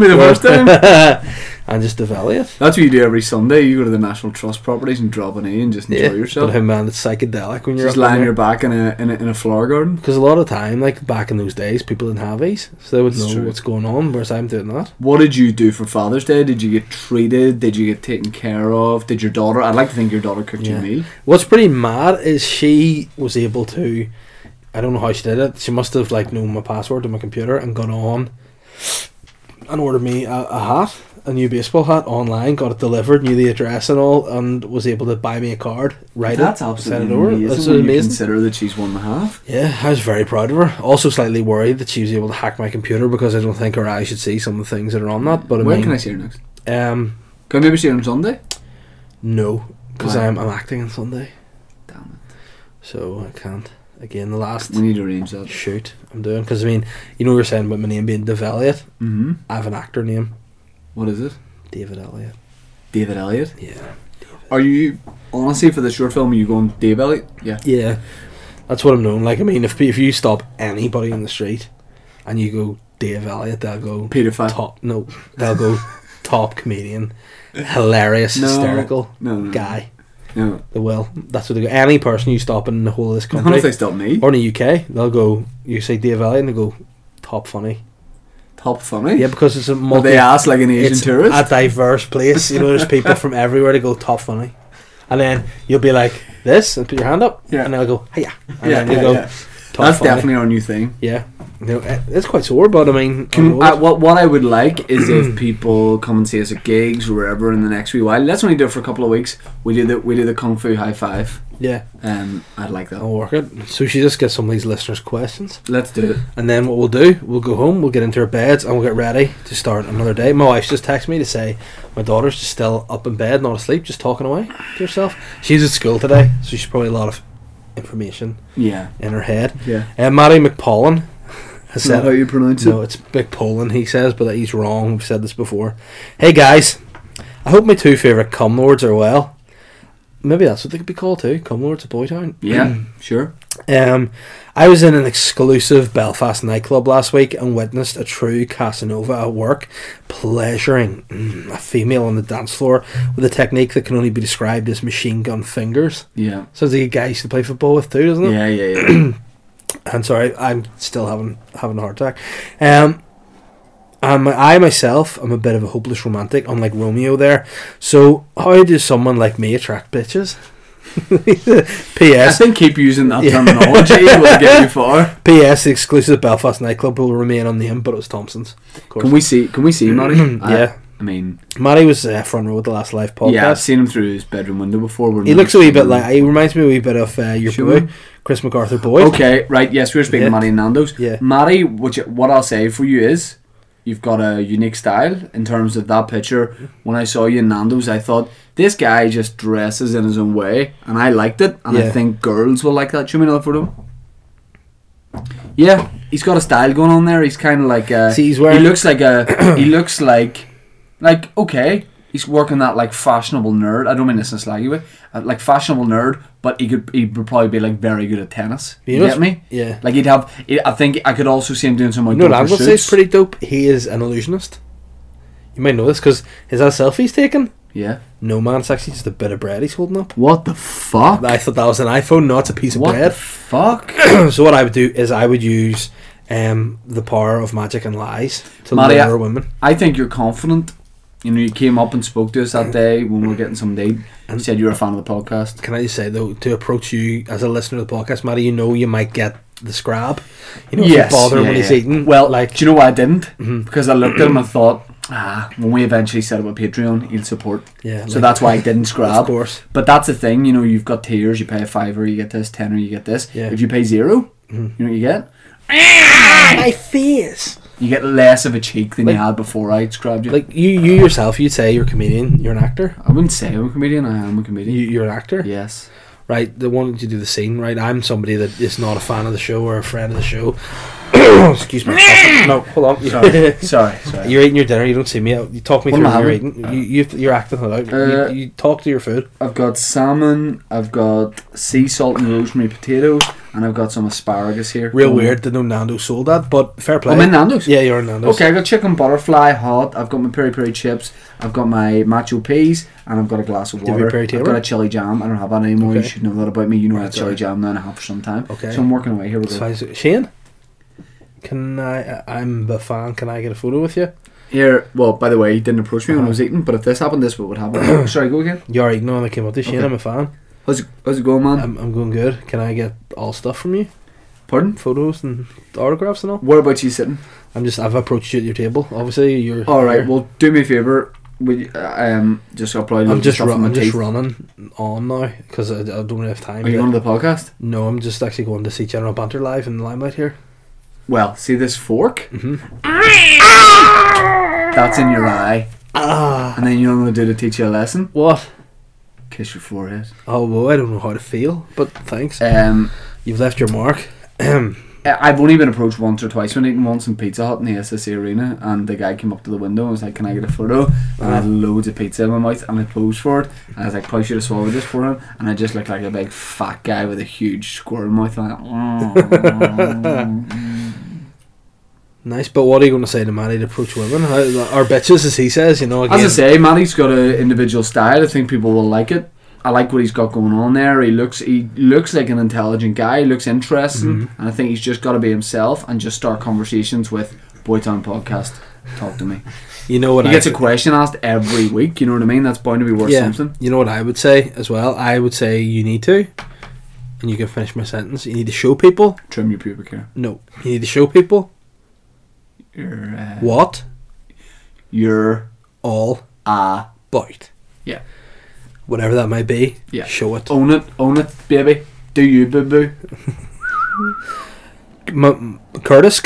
the first time. and just develop it. That's what you do every Sunday. You go to the National Trust properties and drop an E and just enjoy But yourself. hey man, it's psychedelic when you're Just up in lying on there. your back in a, in a in a flower garden. Because a lot of time, like back in those days, people didn't have these, so they would It's know true. what's going on. Whereas I'm doing that. What did you do for Father's Day? Did you get treated? Did you get taken care of? Did your daughter? I'd like to think your daughter cooked you Yeah. a meal. What's pretty mad is she was able to. I don't know how she did it. She must have like known my password to my computer and got on and ordered me a, a hat, a new baseball hat online. Got it delivered, knew the address and all, and was able to buy me a card. Write That's it, absolutely send it over. amazing. That's when you amazing. consider that she's one and a half. Yeah, I was very proud of her. Also, slightly worried that she was able to hack my computer because I don't think her eyes should see some of the things that are on that. But I when mean, can I see her next? um, Can I maybe see her on Sunday? no, because Why? I'm I'm acting on Sunday, Damn so I can't. Again, the last it. We need to arrange that. shoot I'm doing because I mean, you know, you were saying about my name being Dave Elliott. Mm-hmm. I have an actor name, What is it? David Elliott. David Elliott. Yeah, Are you honestly for the short film? Are you going Dave Elliott? Yeah. yeah, that's what I'm known. Like, I mean, if if you stop anybody in the street and you go Dave Elliott, they'll go Pedophile. top. No, they'll go top comedian, hilarious, No. hysterical No, no, no. guy. No. They will. That's what they go. Any person you stop in the whole of this Not if they country stop me. or in the UK, they'll go. You say Dave Elliott, and they go top funny. Top funny. Yeah, because it's a Well, multi. they ask like an Asian it's tourist. a diverse place. You know, there's people from everywhere to go top funny. And then you'll be like this, and put your hand up, Yeah. and they'll go, "Hiya!" And yeah, then you yeah, go, yeah. "Top That's funny." definitely our new thing. yeah. You know, eh, it's quite sore, but I mean, Can- I'll I, roll it. what what I would like is if people come and see us at gigs or wherever in the next wee while. Let's only do it for a couple of weeks. We do the we do the kung fu high five. yeah, Um, I'd like that. I'll work it. So she just gets some of these listeners' questions. Let's do it. And then what we'll do, we'll go home, we'll get into our beds, and we'll get ready to start another day. My wife's just texted me to say my daughter's just still up in bed, not asleep, just talking away to herself. She's at school today, so she's probably a lot of information Yeah. in her head. Yeah. And Matty McPollin has Is that said, how you pronounce it? no, it's McPollin, he says, but he's wrong. We've said this before. Hey guys, I hope my two favourite cum lords are well. Maybe that's what they could be called too. Cum lords of Boytown. Mm. Yeah. Sure. Um, I was in an exclusive Belfast nightclub last week and witnessed a true Casanova at work, pleasuring mm, a female on the dance floor with a technique that can only be described as machine gun fingers. Yeah. Sounds like a guy used to play football with too, doesn't it? Yeah. Yeah. Yeah. I'm sorry, I'm still having having a heart attack. Um, and my, I myself am a bit of a hopeless romantic, unlike Romeo there. So how does someone like me attract bitches? I P.S. think keep using that Yeah. terminology. will get you far. P.S. The exclusive Belfast nightclub will remain unnamed, but it was Thompson's. Of course. Can we see? Can we see Marty? yeah, I mean, Matty was uh, front row at the last live podcast. yeah. I've seen him through his bedroom window before. We're he not looks a wee bit sure. like he reminds me a wee bit of uh, your Sure. boy, Chris MacArthur Boyd. Okay, right. Yes, we were speaking Yeah. to Matty and Nando's. Yeah. Matty, which what I'll say for you is, you've got a unique style in terms of that picture. When I saw you in Nando's, I thought this guy just dresses in his own way, and I liked it, and I Yeah. think girls will like that. Show me another photo. Yeah, he's got a style going on there. He's kind of like a. See, he's wearing- He looks like a. he looks like, like okay. He's working that like fashionable nerd. I don't mean this in a slaggy way, uh, like fashionable nerd. But he could, he would probably be like very good at tennis. You You, know get what's- me? Yeah. Like he'd have. He, I think I could also see him doing some like. You know what Gopher I'm going to say is suits. pretty dope? He is an illusionist. You might know this because is that a selfie he's taken? Yeah. No man, it's actually just a bit of bread he's holding up. What the fuck? I thought that was an iPhone, not a piece of what the bread. fuck? so what I would do is I would use um, the power of magic and lies to Matty, I- lure women. I think you're confident. You know, you came up and spoke to us that day when we were getting some date. You said you were a fan of the podcast. Can I just say though, to approach you as a listener to the podcast, Matty, you know you might get the scrab. You know, if you bother him yeah, when he's yeah. eating. Well, like mm-hmm, do you know why I didn't? Because I looked at him and thought, ah, when we eventually set up a Patreon, he'll support. Yeah, So like- that's why I didn't scrap. Of course. But that's the thing, you know, you've got tiers. You pay a fiver, you get this. Tenner, you get this. Yeah. Hmm. If you pay 0 you know what you get? my face. You get less of a cheek than you Like- had before I scrabbed you. Like you, you yourself, you'd say you're a comedian. You're an actor. I wouldn't say I'm a comedian. I am a comedian. You, you're an actor, yes. right? The one that you do the scene, right? I'm somebody that is not a fan of the show or a friend of the show. Excuse me. no, hold on. Sorry. sorry. Sorry. You're eating your dinner. You don't see me. You talk me What through. am I when You're having? eating. You, you, you're acting it out. Uh, you, you talk to your food. I've got salmon. I've got sea salt and rosemary potatoes, and I've got some asparagus here. Real Come on. Oh, weird that no Nando sold that, but fair play. I'm in Nando's. Yeah, you're in Nando's. Okay, I've got chicken butterfly hot. I've got my peri peri chips. I've got my macho peas, and I've got a glass of Did we water. peri I've Taylor? got a chili jam. I don't have that anymore. You Okay. should know that about me. You know I Right, had chili sorry. jam now and a half for some time. Okay. So I'm working away. Here we go. So I s- Shane, can I? I- I'm the fan. Can I get a photo with you? Here, well, by the way, he didn't approach me when Uh-huh. I was eating, but if this happened, this would happen. Sorry, go again. You're eating on the came up to Shane. Okay. I'm a fan. Uh, How's it, how's it going, man? I'm, I'm going good. Can I get all stuff from you? Pardon? photos and autographs and all. Where about you sitting? I'm just I've approached you at your table. Obviously, you're All right. here. Well, do me a favor. Will you, uh, um, just upload. I'm loads of just stuff run, on my I'm just teeth. running on now because I, I don't really have time. Are you yet. going to the podcast? No, I'm just actually going to see General Banter live in the limelight here. Well, see this fork? hmm That's in your eye, Ah, and then you know what I'm gonna do to teach you a lesson? what? Kiss your forehead. Oh well, I don't know how to feel, but thanks. Um, You've left your mark. I- I've only been approached once or twice when eating once in Pizza Hut in the SSC Arena, and the guy came up to the window and was like, "Can I get a photo?" And I had loads of pizza in my mouth, and I posed for it, and I was like, "Probably should have swallowed this for him," and I just looked like a big fat guy with a huge squirrel mouth. And "Oh." I, Nice, but what are you going to say to Maddie to approach women? How, or bitches, as he says, you know. Again, As I say, Matty's got an individual style. I think people will like it. I like what he's got going on there. He looks he looks like an intelligent guy. He looks interesting, Mm-hmm. and I think he's just got to be himself and just start conversations with Boytown Podcast. Talk to me. you know what he I gets a think- question asked every week. You know what I mean? That's bound to be worth Yeah. something. You know what I would say as well? I would say you need to, and you can finish my sentence. You need to show people. Trim your pubic hair. No, you need to show people You're uh, what you're all uh, about. Yeah. Whatever that may be, Yeah. show it. own it, own it, baby. Do you, boo boo? M- M- Curtis,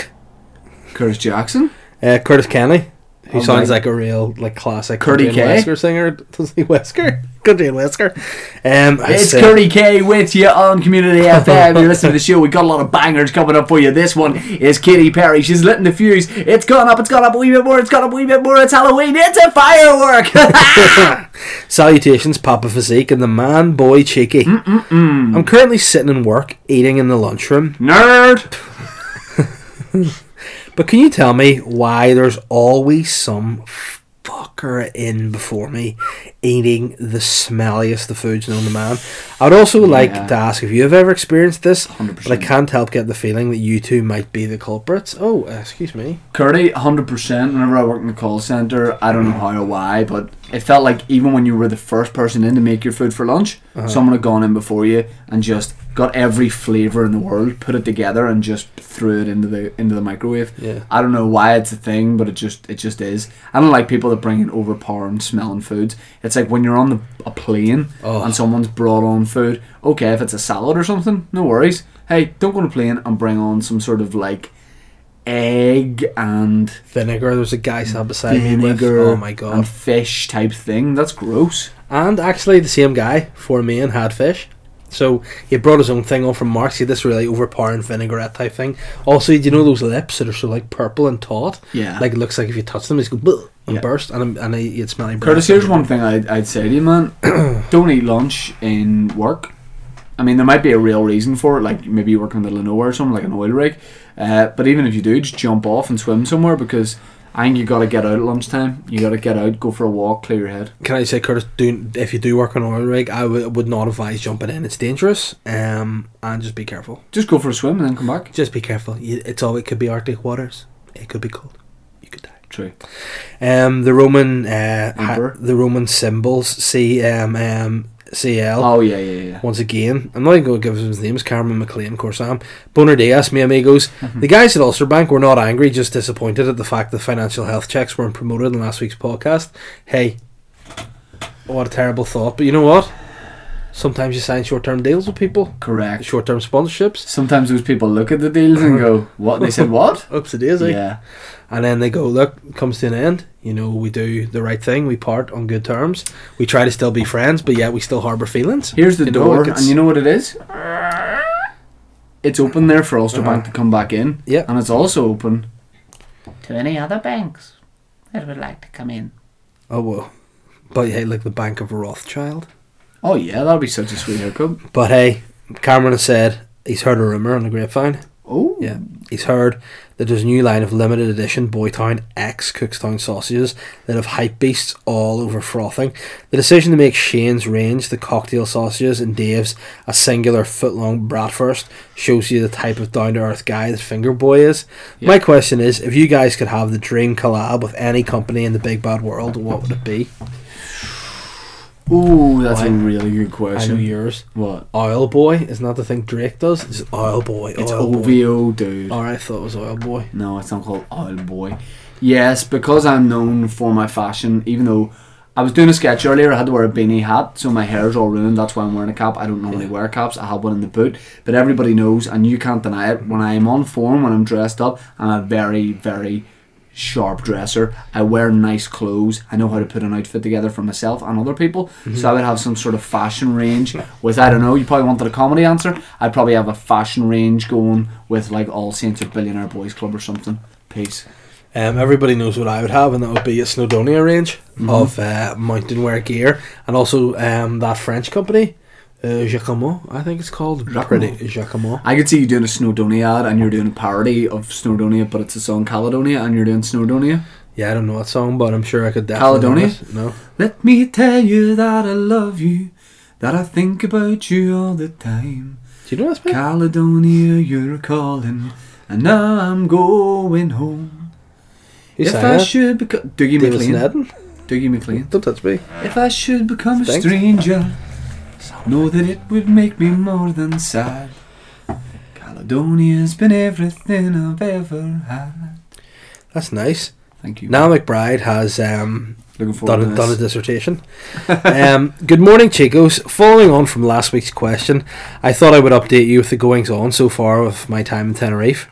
Curtis Jackson. uh, Curtis Kenny, who Oh sounds my- like a real like classic Curdy country and K? Wesker singer. Doesn't he Wesker? Country and Wesker. Um, I'd It's say- Curry K with you on Community FM. You're listening to the show. We got a lot of bangers coming up for you. This one is Katy Perry. She's letting the fuse. It's gone up. It's gone up a wee bit more. It's gone up a wee bit more. It's Halloween. It's a firework. Salutations, Papa Physique and the man boy cheeky. I'm currently sitting in work, eating in the lunchroom. Nerd. But can you tell me why there's always some fucker in before me eating the smelliest of foods known to man? I'd also like Yeah. to ask if you have ever experienced this, but I 100%. can't help get the feeling that you two might be the culprits. Oh, uh, excuse me. Curdy, 100%. Whenever I worked in the call center, I don't know how or why, but it felt like even when you were the first person in to make your food for lunch, Uh-huh. someone had gone in before you and just got every flavour in the world, put it together, and just threw it into the into the microwave. Yeah. I don't know why it's a thing, but it just it just is. I don't like people that bring in overpowering smelling foods. It's like when you're on the, a plane Oh. and someone's brought on food. Okay, if it's a salad or something, no worries. Hey, don't go on a plane and bring on some sort of like egg and Vinegar. There was a guy sat beside me with. vinegar Oh my god. and fish type thing. That's gross. And actually, the same guy for me and had fish. So he brought his own thing on from Marks. He had this really overpowering vinaigrette type thing. Also, do you know those lips that are so like purple and taut? Yeah. Like it looks like if you touch them, it's go "Bleh," and Yeah. burst, and and you'd smell like Curtis, breath. here's one thing I'd, I'd say to you, man. Don't eat lunch in work. I mean, there might be a real reason for it, like maybe you're working in the middle of nowhere or something, like an oil rig. Uh, but even if you do, just jump off and swim somewhere because I think you got to get out at lunchtime. You got to get out, go for a walk, clear your head. Can I say, Curtis? Do if you do work on an oil rig, I w- would not advise jumping in. It's dangerous. Um, and just be careful. Just go for a swim and then come back. Just be careful. You, it's all. It could be Arctic waters. It could be cold. You could die. True. Um, the Roman uh, ha- Emperor. the Roman symbols. C M M C L. Oh yeah, yeah, yeah. once again, I'm not even going to give him his names, Cameron McLean, of course I am. Boner Diaz, me amigos. The guys at Ulster Bank were not angry, just disappointed at the fact that financial health checks weren't promoted in last week's podcast. Hey, what a terrible thought. But you know what? Sometimes you sign short term deals with people, Correct. short term sponsorships. Sometimes those people look at the deals and go, "What?" They said, "What?" Oops, it is, eh? Yeah. And then they go, look, it comes to an end. You know, we do the right thing. We part on good terms. We try to still be friends, but yet we still harbour feelings. Here's the You know, door, like it's- and you know what it is? It's open there for Uh-huh. Ulster Bank to come back in. Yeah. And it's also open. To any other banks that would like to come in. Oh, well. But hey, like the Bank of Rothschild. Oh, yeah, that'll be such a sweet haircut. But hey, Cameron has said he's heard a rumor on the grapevine. Oh. Yeah, he's heard that there's a new line of limited edition Boytown X Cookstown sausages that have hype beasts all over frothing. The decision to make Shane's range, the cocktail sausages, and Dave's a singular foot long bratwurst shows you the type of down to earth guy that Finger Boy is. My question is, if you guys could have the dream collab with any company in the big bad world, what would it be? Ooh, that's Why? a really good I know question. yours. What? Oil boy isn't that the thing Drake does? It's oil boy. It's oil boy. OVO, dude. Or I thought it was oil boy. No, it's not called Oil Boy. Yes, because I'm known for my fashion, even though I was doing a sketch earlier, I had to wear a beanie hat, so my hair's all ruined. That's why I'm wearing a cap. I don't normally wear caps. I had one in the boot, but everybody knows, and you can't deny it. When I'm on form, when I'm dressed up, I'm a very, very sharp dresser. I wear nice clothes. I know how to put an outfit together for myself and other people. So I would have some sort of fashion range with I don't know, you probably wanted a comedy answer. I'd probably have a fashion range going with like All Saints or Billionaire Boys Club or something. Peace. Um, everybody knows what I would have, and that would be a Snowdonia range of uh, mountain wear gear, and also um, that French company, uh, Jacquemot, I think it's called. Jacquemot. Pretty Jacquemot. I could see you doing a Snowdonia ad and you're doing a parody of Snowdonia but it's a song Caledonia and you're doing Snowdonia. Yeah, I don't know that song, but I'm sure I could definitely. learn Caledonia? it. No. Let me tell you that I love you, that I think about you all the time. Do you know this? man? Caledonia, you're calling, and now I'm going home. Who if sang I that? should become Dougie David McLean, Sneddon. Dougie McLean. Don't touch me. If I should become a Stinks. stranger, know that it would make me more than sad. Caledonia's been everything I've ever had. That's nice. Thank you. Now McBride has um, looking forward done, to a, this. done a dissertation. um, good morning, Chicos. Following on from last week's question, I thought I would update you with the goings on so far of my time in Tenerife.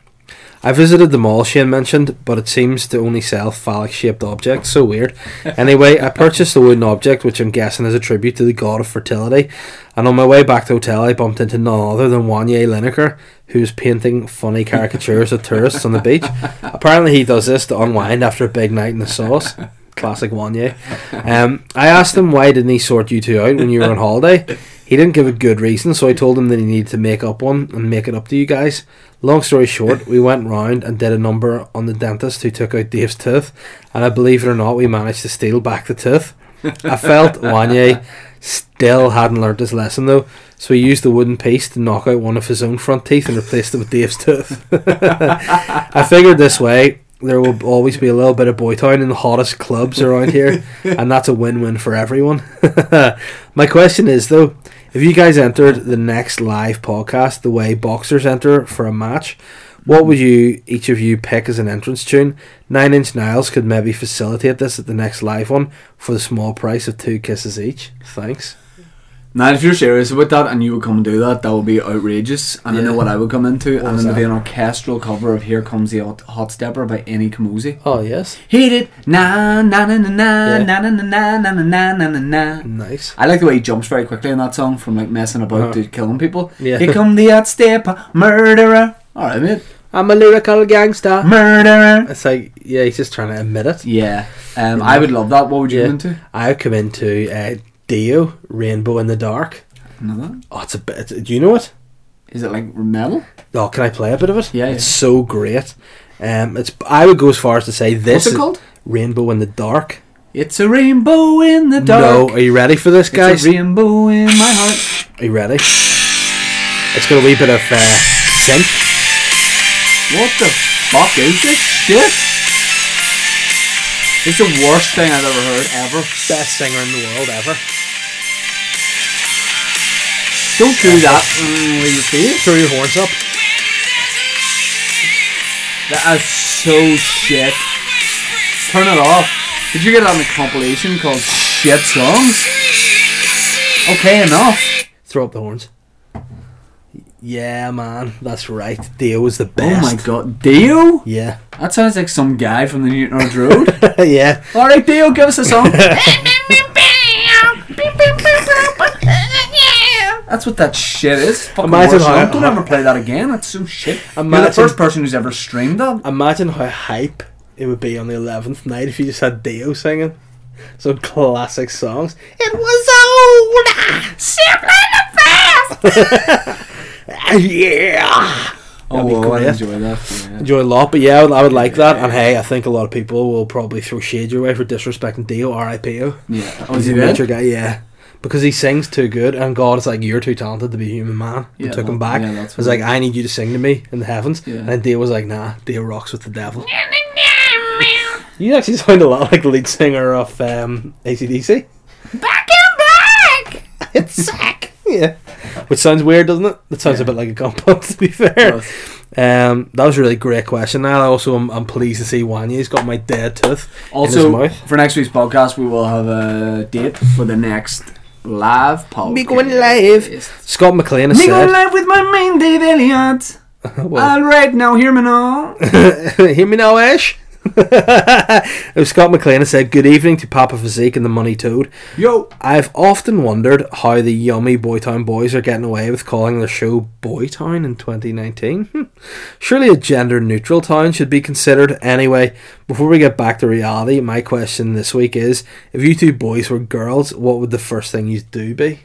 I visited the mall Shane mentioned, but it seems to only sell phallic shaped objects. So weird. Anyway, I purchased a wooden object, which I'm guessing is a tribute to the god of fertility. And on my way back to hotel, I bumped into none other than Wanye Lineker, who's painting funny caricatures of tourists on the beach. Apparently, he does this to unwind after a big night in the sauce. Classic Wanye. Um, I asked him why didn't he sort you two out when you were on holiday. He didn't give a good reason, so I told him that he needed to make up one and make it up to you guys. Long story short, we went round and did a number on the dentist who took out Dave's tooth, and I believe it or not, we managed to steal back the tooth. I felt Wanye still hadn't learnt his lesson though, so he used the wooden piece to knock out one of his own front teeth and replaced it with Dave's tooth. I figured this way there will always be a little bit of boy town in the hottest clubs around here, and that's a win-win for everyone. My question is though, if you guys entered the next live podcast the way boxers enter for a match, what would you each of you pick as an entrance tune? Nine Inch Nails could maybe facilitate this at the next live one for the small price of two kisses each. Thanks. Now, if you're serious about that and you would come and do that, that would be outrageous. And I know Yeah. what I would come into, and was then there'd be that? an orchestral cover of "Here Comes the Hot, Hot Stepper" by Annie Camuzzi. Oh yes, Hit it, na na na na na Yeah. na na na na na na na na. nice. I like the way he jumps very quickly in that song from like messing about to killing people. Uh-huh. Yeah. Here come the hot stepper, murderer. All right, mate. I'm a lyrical gangster. Murderer. It's like yeah, he's just trying to admit it. Yeah. Um, I would love that. What would you Yeah. come into? I come into uh, Dio Rainbow in the Dark. Another? Oh, it's a bit. It's, do you know it? Is it like metal? Oh, can I play a bit of it? Yeah, it's so great. Um, it's. I would go as far as to say this What's it is called? Rainbow in the Dark. It's a rainbow in the dark. No, are you ready for this, It's guys? a rainbow in my heart. Are you ready? It's got a wee bit of uh, synth. What the fuck is this shit? It's the worst thing I've ever heard ever. Best singer in the world ever. Don't do that mm, with your face. Throw your horns up. That is so shit. Turn it off. Did you get it on the compilation called Shit Songs? Okay, enough. Throw up the horns. Yeah, man, that's right. Dio was the Oh best. my god, Dio? Yeah, That sounds like some guy from the Newtonard Road. yeah. Alright, Dio, give us a song. That's what that shit is. Fucking Imagine worst how- song. Don't ever play that again. That's so shit. You're Imagine- Oh, the first person who's ever streamed that. Imagine how hype it would be on the eleventh night if you just had Dio singing some classic songs. It was old, simply the best. yeah. Oh, be wow, I great. enjoy that. Yeah. enjoy a lot. But yeah, I would, I would like that. And hey, I think a lot of people will probably throw shade your way for disrespecting Dio, R.I.P.O. Yeah. Oh, is He's he a dead? major guy, yeah. Because he sings too good, and God is like, "You're too talented to be a human man." And Yeah, took that- him back. yeah, He's that's was what- like, "I need you to sing to me in the heavens." Yeah. And Dio was like, "Nah, Dio rocks with the devil." you actually sound a lot like the lead singer of um, ACDC. Back in black. Which sounds weird, doesn't it? That sounds a Yeah. bit like a complex, to be fair. Um, that was a really great question. I also am I'm pleased to see Wanya's got my dead tooth. in Also, his mouth. for next week's podcast, we will have a date for the next live podcast. Me going live. Scott McLean has Me going said, live with my main Dave Elliott. well, All right, now hear me now. hear me now, Ash. Scott McLean has said, Good evening to Papa Physique and the Money Toad. Yo, I've often wondered how the yummy Boytown boys are getting away with calling their show Boytown in 2019. Hmm. Surely a gender neutral town should be considered. Anyway, before we get back to reality, my question this week is if you two boys were girls, what would the first thing you'd do be?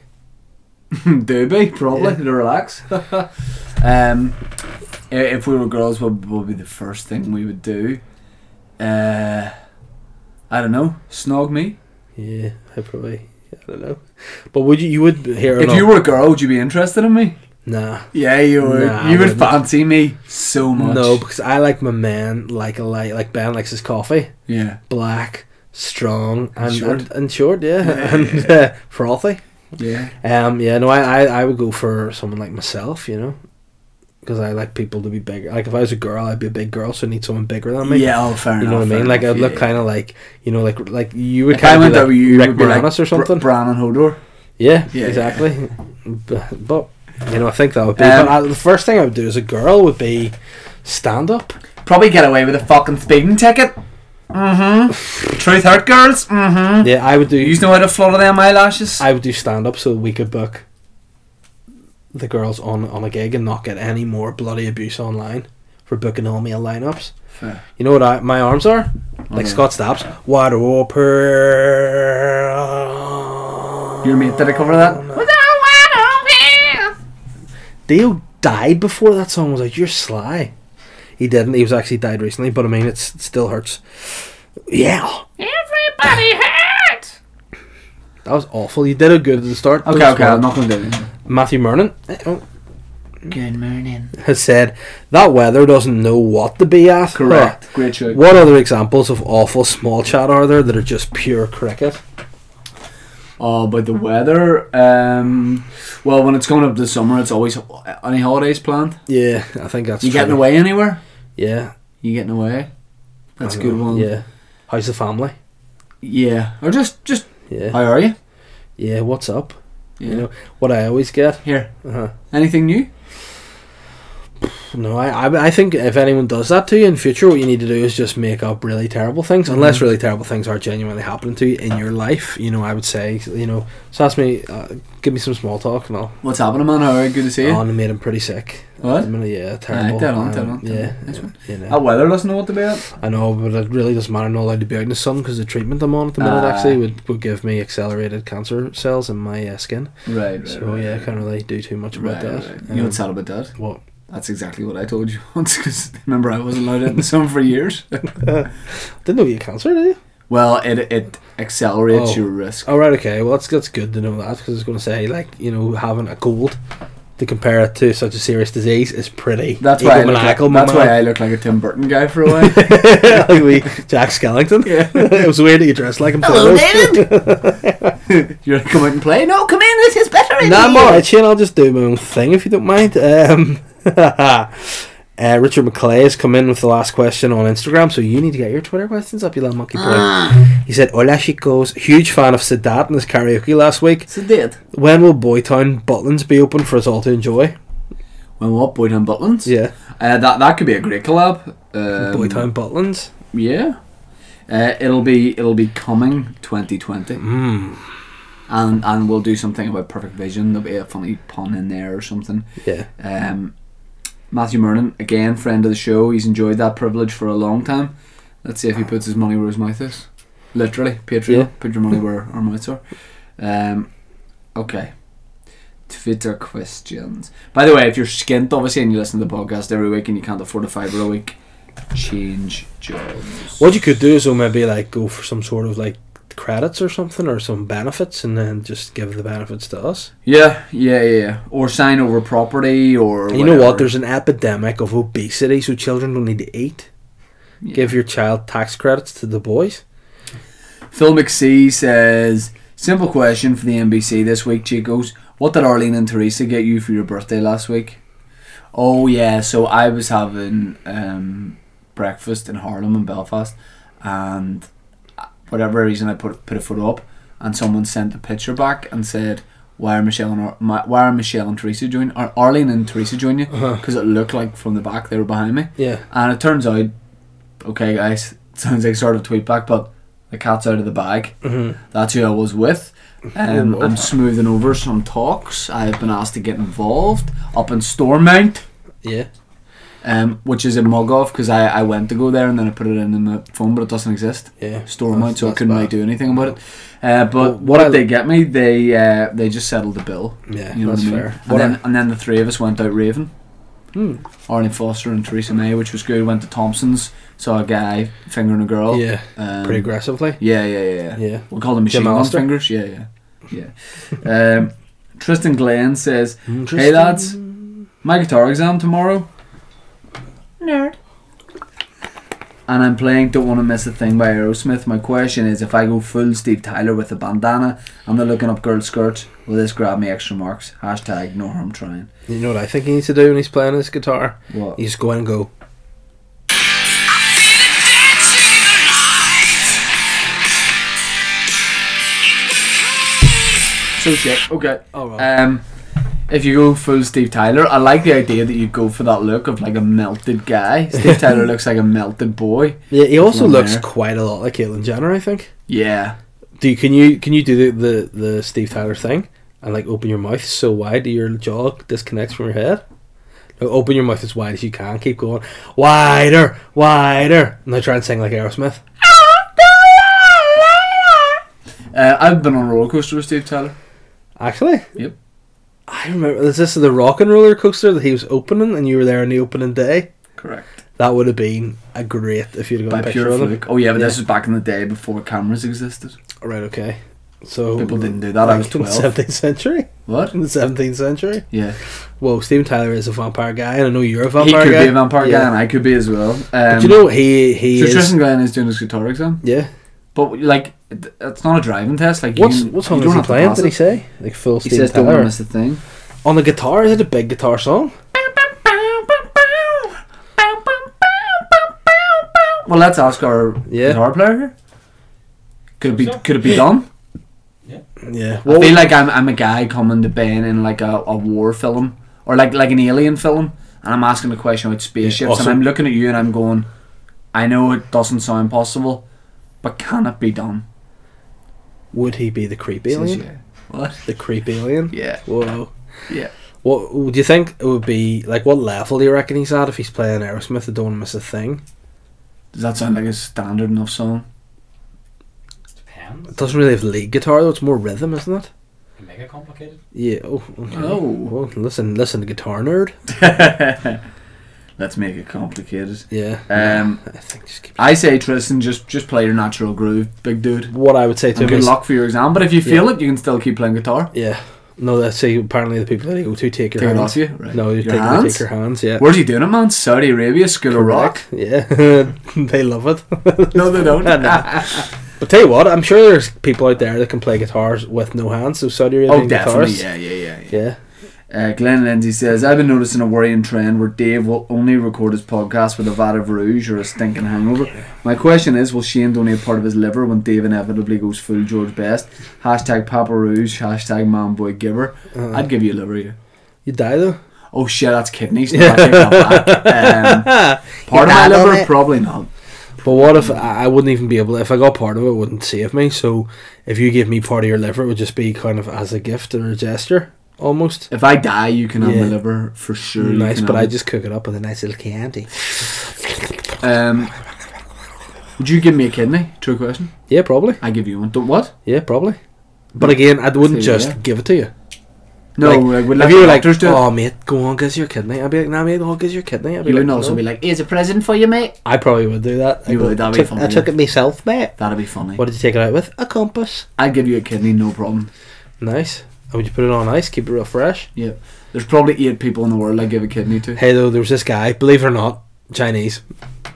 Doobie, probably Yeah. to relax. um, i- if we were girls, what what would be the first thing we would do? Uh, I don't know. Snog me. Yeah, I probably. I don't know. But would you, you would hear If you were a girl, would you be interested in me? Nah. Yeah, you would. Nah, I you would wouldn't. fancy me so much. No, because I like my man like a light, like Ben likes his coffee. Yeah. Black, strong, and, short. and, and short, yeah. Yeah. And uh, frothy. Yeah. Um, yeah, no, I, I, I would go for someone like myself, you know, because I like people to be bigger. Like if I was a girl, I'd be a big girl, so I need someone bigger than me. yeah. Oh, fair you enough. know what I fair mean. Like enough, I'd look yeah. kind of like you know, like like you would If I kind of went be out like with you, Rick would be like Moranis or something. Bran and Hodor. yeah, Yeah, exactly. B- But you know, I think that would be. Um, but I, the first thing I would do as a girl would be stand up. Probably get away with a fucking speeding ticket. Mm-hmm. Truth hurt, girls. Mm-hmm. Yeah, I would do. You know how to flutter them eyelashes. I would do stand up so we could book the girls on on a gig and not get any more bloody abuse online for booking all male lineups. Fair. You know what I, my arms are? Okay. Like Scott Stapp's. What a pearl. Your mate did I cover that? Dio died before that song was out. You're sly. He didn't. He was actually died recently, but I mean, it's, it still hurts. Yeah. Everybody hurt! That was awful. You did a good at the start. Okay, That was okay, I'm fun. not gonna do it. Matthew Mernon eh, oh, Good morning. has said that weather doesn't know what to be at. Correct. Great show. What other examples of awful small chat are there that are just pure cricket? Oh, but the weather. Um, well, when it's coming up this summer, it's always uh, any holidays planned. Yeah, I think that's you true. getting away anywhere? Yeah, You getting away? That's a I good know. one. Uh, Yeah. How's the family? Yeah. Or just, just Yeah. how are you? Yeah, what's up? Yeah. You know, what I always get. Here. Uh-huh. Anything new? No, I, I, I think if anyone does that to you in future, what you need to do is just make up really terrible things, Mm-hmm. unless really terrible things are genuinely happening to you in your life. You know, I would say, you know, so ask me, uh, give me some small talk and I'll. What's happening, man? How are you? Good to see you. Oh, and it made him pretty sick. What? I mean, yeah, terrible. dead on, Um, dead on, dead Yeah, on. Nice one. you know. That weather doesn't know what to be at. I know, but it really doesn't matter. I'm not allowed to be out in the sun because the treatment I'm on at the minute Ah. actually would, would give me accelerated cancer cells in my uh, skin. Right, right. So right, yeah, I right. can't really do too much about Right, that. right, right. Um, You know what's sad about that? what? That's exactly what I told you once. Because remember, I wasn't allowed out in the sun for years. Didn't know you had cancer, did you? well, it it accelerates Oh. your risk. Oh right, okay. Well, that's that's good to know that because I was going to say like you know having a gold to compare it to such a serious disease is pretty. That's why I look like, egomaniacal, my that's why man. I look like a Tim Burton guy for a while. like we Jack Skellington. Yeah. it was weird that you dressed like him. Hello, too. David! You're like, come out and play. No, come in, this is better in No, I'm here. alright, Shane. I'll just do my own thing if you don't mind. Um, uh, Richard McClay has come in with the last question on Instagram, so you need to get your Twitter questions up, you little monkey boy. He said, Hola, chicos. Huge fan of Sadat and his karaoke last week. it's a date. When will Boytown Butlins be open for us all to enjoy? When what Boyd and Butlins? Yeah. Uh, that that could be a great collab. Um, Boytown Butlins? Yeah. Uh, it'll be it'll be coming 2020, Mm. and and we'll do something about Perfect Vision. There'll be a funny pun in there or something. Yeah. Um, Matthew Mernon, again, friend of the show. He's enjoyed that privilege for a long time. Let's see if he puts his money where his mouth is. Literally, Patreon. Yeah. Put your money where our mouths are. Um, okay. Twitter questions. By the way, if you're skint, obviously, and you listen to the podcast every week and you can't afford a fibre a week, change jobs. What you could do is though maybe like go for some sort of like credits or something or some benefits and then just give the benefits to us. Yeah, yeah, yeah. yeah. Or sign over property or. And you know what? whatever. There's an epidemic of obesity, so children don't need to eat. Yeah. Give your child tax credits to the boys. Phil McSee says, Simple question for the NBC this week, Chicos. What did Arlene and Teresa get you for your birthday last week? Oh yeah, so I was having um, breakfast in Harlem and Belfast, and whatever reason I put put a photo up, and someone sent a picture back and said, "Why are Michelle and Ar- Ma- Why are Michelle and Teresa joining? Or Arlene and Teresa joining you? Because it looked like from the back they were behind me." Yeah. And it turns out, okay, guys, it sounds like sort of tweet back, but the cat's out of the bag. Mm-hmm. That's who I was with. Um, Oh, no. I'm smoothing over some talks. I've been asked to get involved up in Stormont, Yeah. um, which is a mug off because I, I went to go there and then I put it in in my phone, but it doesn't exist. Yeah. Stormont, That's- so I that's couldn't really bad. do anything about it. Uh, but Well, what what did I- they get me? They uh, they just settled the bill. Yeah, You know that's what I mean? fair. And What then, and then the three of us went out raving. Hmm. Arlene Foster and Theresa May, which was good. Went to Thompson's, saw a guy fingering a girl. Yeah. um, Pretty aggressively. yeah, yeah, yeah, yeah. Yeah. We call them machine Jim gun Alistair. fingers. Yeah, yeah, yeah. um, Tristan Glenn says, "Hey lads, my guitar exam tomorrow, Nerd. and I'm playing Don't Want to Miss a Thing by Aerosmith. My question is, if I go full Steve Tyler with a bandana and they're looking up girl skirts, will this grab me extra marks? Hashtag no harm trying. You know what I think he needs to do when he's playing his guitar? What? You just go in and go. So shit. Okay. Oh, well. Um, if you go full Steve Tyler, I like the idea that you go for that look of like a melted guy. Steve Tyler looks like a melted boy. yeah, he also one looks there. quite a lot like Caitlyn Jenner, I think. Yeah. Do you, can you can you do the, the, the Steve Tyler thing and like open your mouth so wide that your jaw disconnects from your head? No, open your mouth as wide as you can. Keep going wider, wider. Now try and sing like Aerosmith. Uh, I've been on a roller coaster with Steve Tyler. Actually, Yep. I remember is this the Rock and Roller Coaster that he was opening and you were there on the opening day? Correct. That would have been a great if you'd have By got a picture pure of him. fluke. Oh yeah, but this Yeah. was back in the day before cameras existed. Right, okay. So People didn't do that. I was like in the 12. seventeenth century. What? In the seventeenth century. Yeah. Well, Steven Tyler is a vampire guy, and I know you're a he vampire could guy. be a vampire Yeah. guy, and I could be as well. Um, But you know what? He he so is. Tristan Glenn is doing his guitar exam, yeah. but like, it- it's not a driving test. Like, What's you, what you song don't is he have to playing? pass Did he it. say like full He Steven says, "Don't want to Tyler miss the thing." on the guitar? Is it a big guitar song? Well, let's ask our Yeah. guitar player. here. Could it be? Could it be done? Yeah. I Well, feel like I'm, I'm a guy coming to Ben in like a, a war film or like like an alien film, and I'm asking a question about spaceships, awesome. and I'm looking at you and I'm going, I know it doesn't sound possible, but can it be done? would he be the creep He says, alien? "Yeah." What? The creep alien. Yeah, Whoa. yeah. What would you think it would be like? What level do you reckon he's at if he's playing Aerosmith? I don't want to miss a thing. Does that sound like a standard enough song? It Depends. doesn't really have lead guitar though. It's more rhythm, isn't it? Mega complicated. Yeah. Oh. Okay. Oh. Well, listen, listen, guitar nerd. Let's make it complicated. Yeah. Um, I think just keep. I say Tristan, just just play your natural groove, big dude. What I would say to And him good is, luck for your exam, but if you feel it, you can still keep playing guitar. yeah. No, that's see. Apparently, the people that he go to take your Take it hands. off you. Right. No, you your take, they hands. take your hands. Yeah. Where's he doing it, man? Saudi Arabia, School of Rock. Correct. Yeah, they love it. No, they don't. But tell you what, I'm sure there's people out there that can play guitars with no hands. So Saudi Arabian oh, definitely. guitars. Yeah, yeah, yeah. yeah. Yeah. Uh, Glenn Lindsay says, I've been noticing a worrying trend where Dave will only record his podcast with a vat of rouge or a stinking hangover. My question is, will Shane donate part of his liver when Dave inevitably goes full George Best? Hashtag Papa Rouge, hashtag Manboy Giver. Uh, I'd give you a liver, yeah. you die though. Oh shit, that's kidneys. No, I take that back. Um, part of my You're not on liver? it. Probably not. But what if I I wouldn't even be able? If I got part of it, it wouldn't save me. So if you give me part of your liver, it would just be kind of as a gift or a gesture, almost. If I die, you can have Yeah. my liver for sure. you nice, can but have I it. just cook it up with a nice little candy. Um, would you give me a kidney? True question. Yeah, probably. I give you one. Don't- What? Yeah, probably. But again, I wouldn't So, just yeah. give it to you. No, Like, like, would if like you were like, doctors do it? "Oh, mate, go on, give us your kidney," I'd be like, "Nah, mate, I'll give us your kidney." I'd be you like, would also "No." be like, Here's a present for you, mate. I probably would do that. You I go, would, that'd be "Took- funny, I took yeah." it myself, mate. that'd be funny. What did you take it out with? A compass. I'd give you a kidney, no problem. Nice. And would you put it on ice? Keep it real fresh. Yeah. There's probably eight people in the world I'd give a kidney to. Hey, though, there was this guy. Believe it or not, Chinese.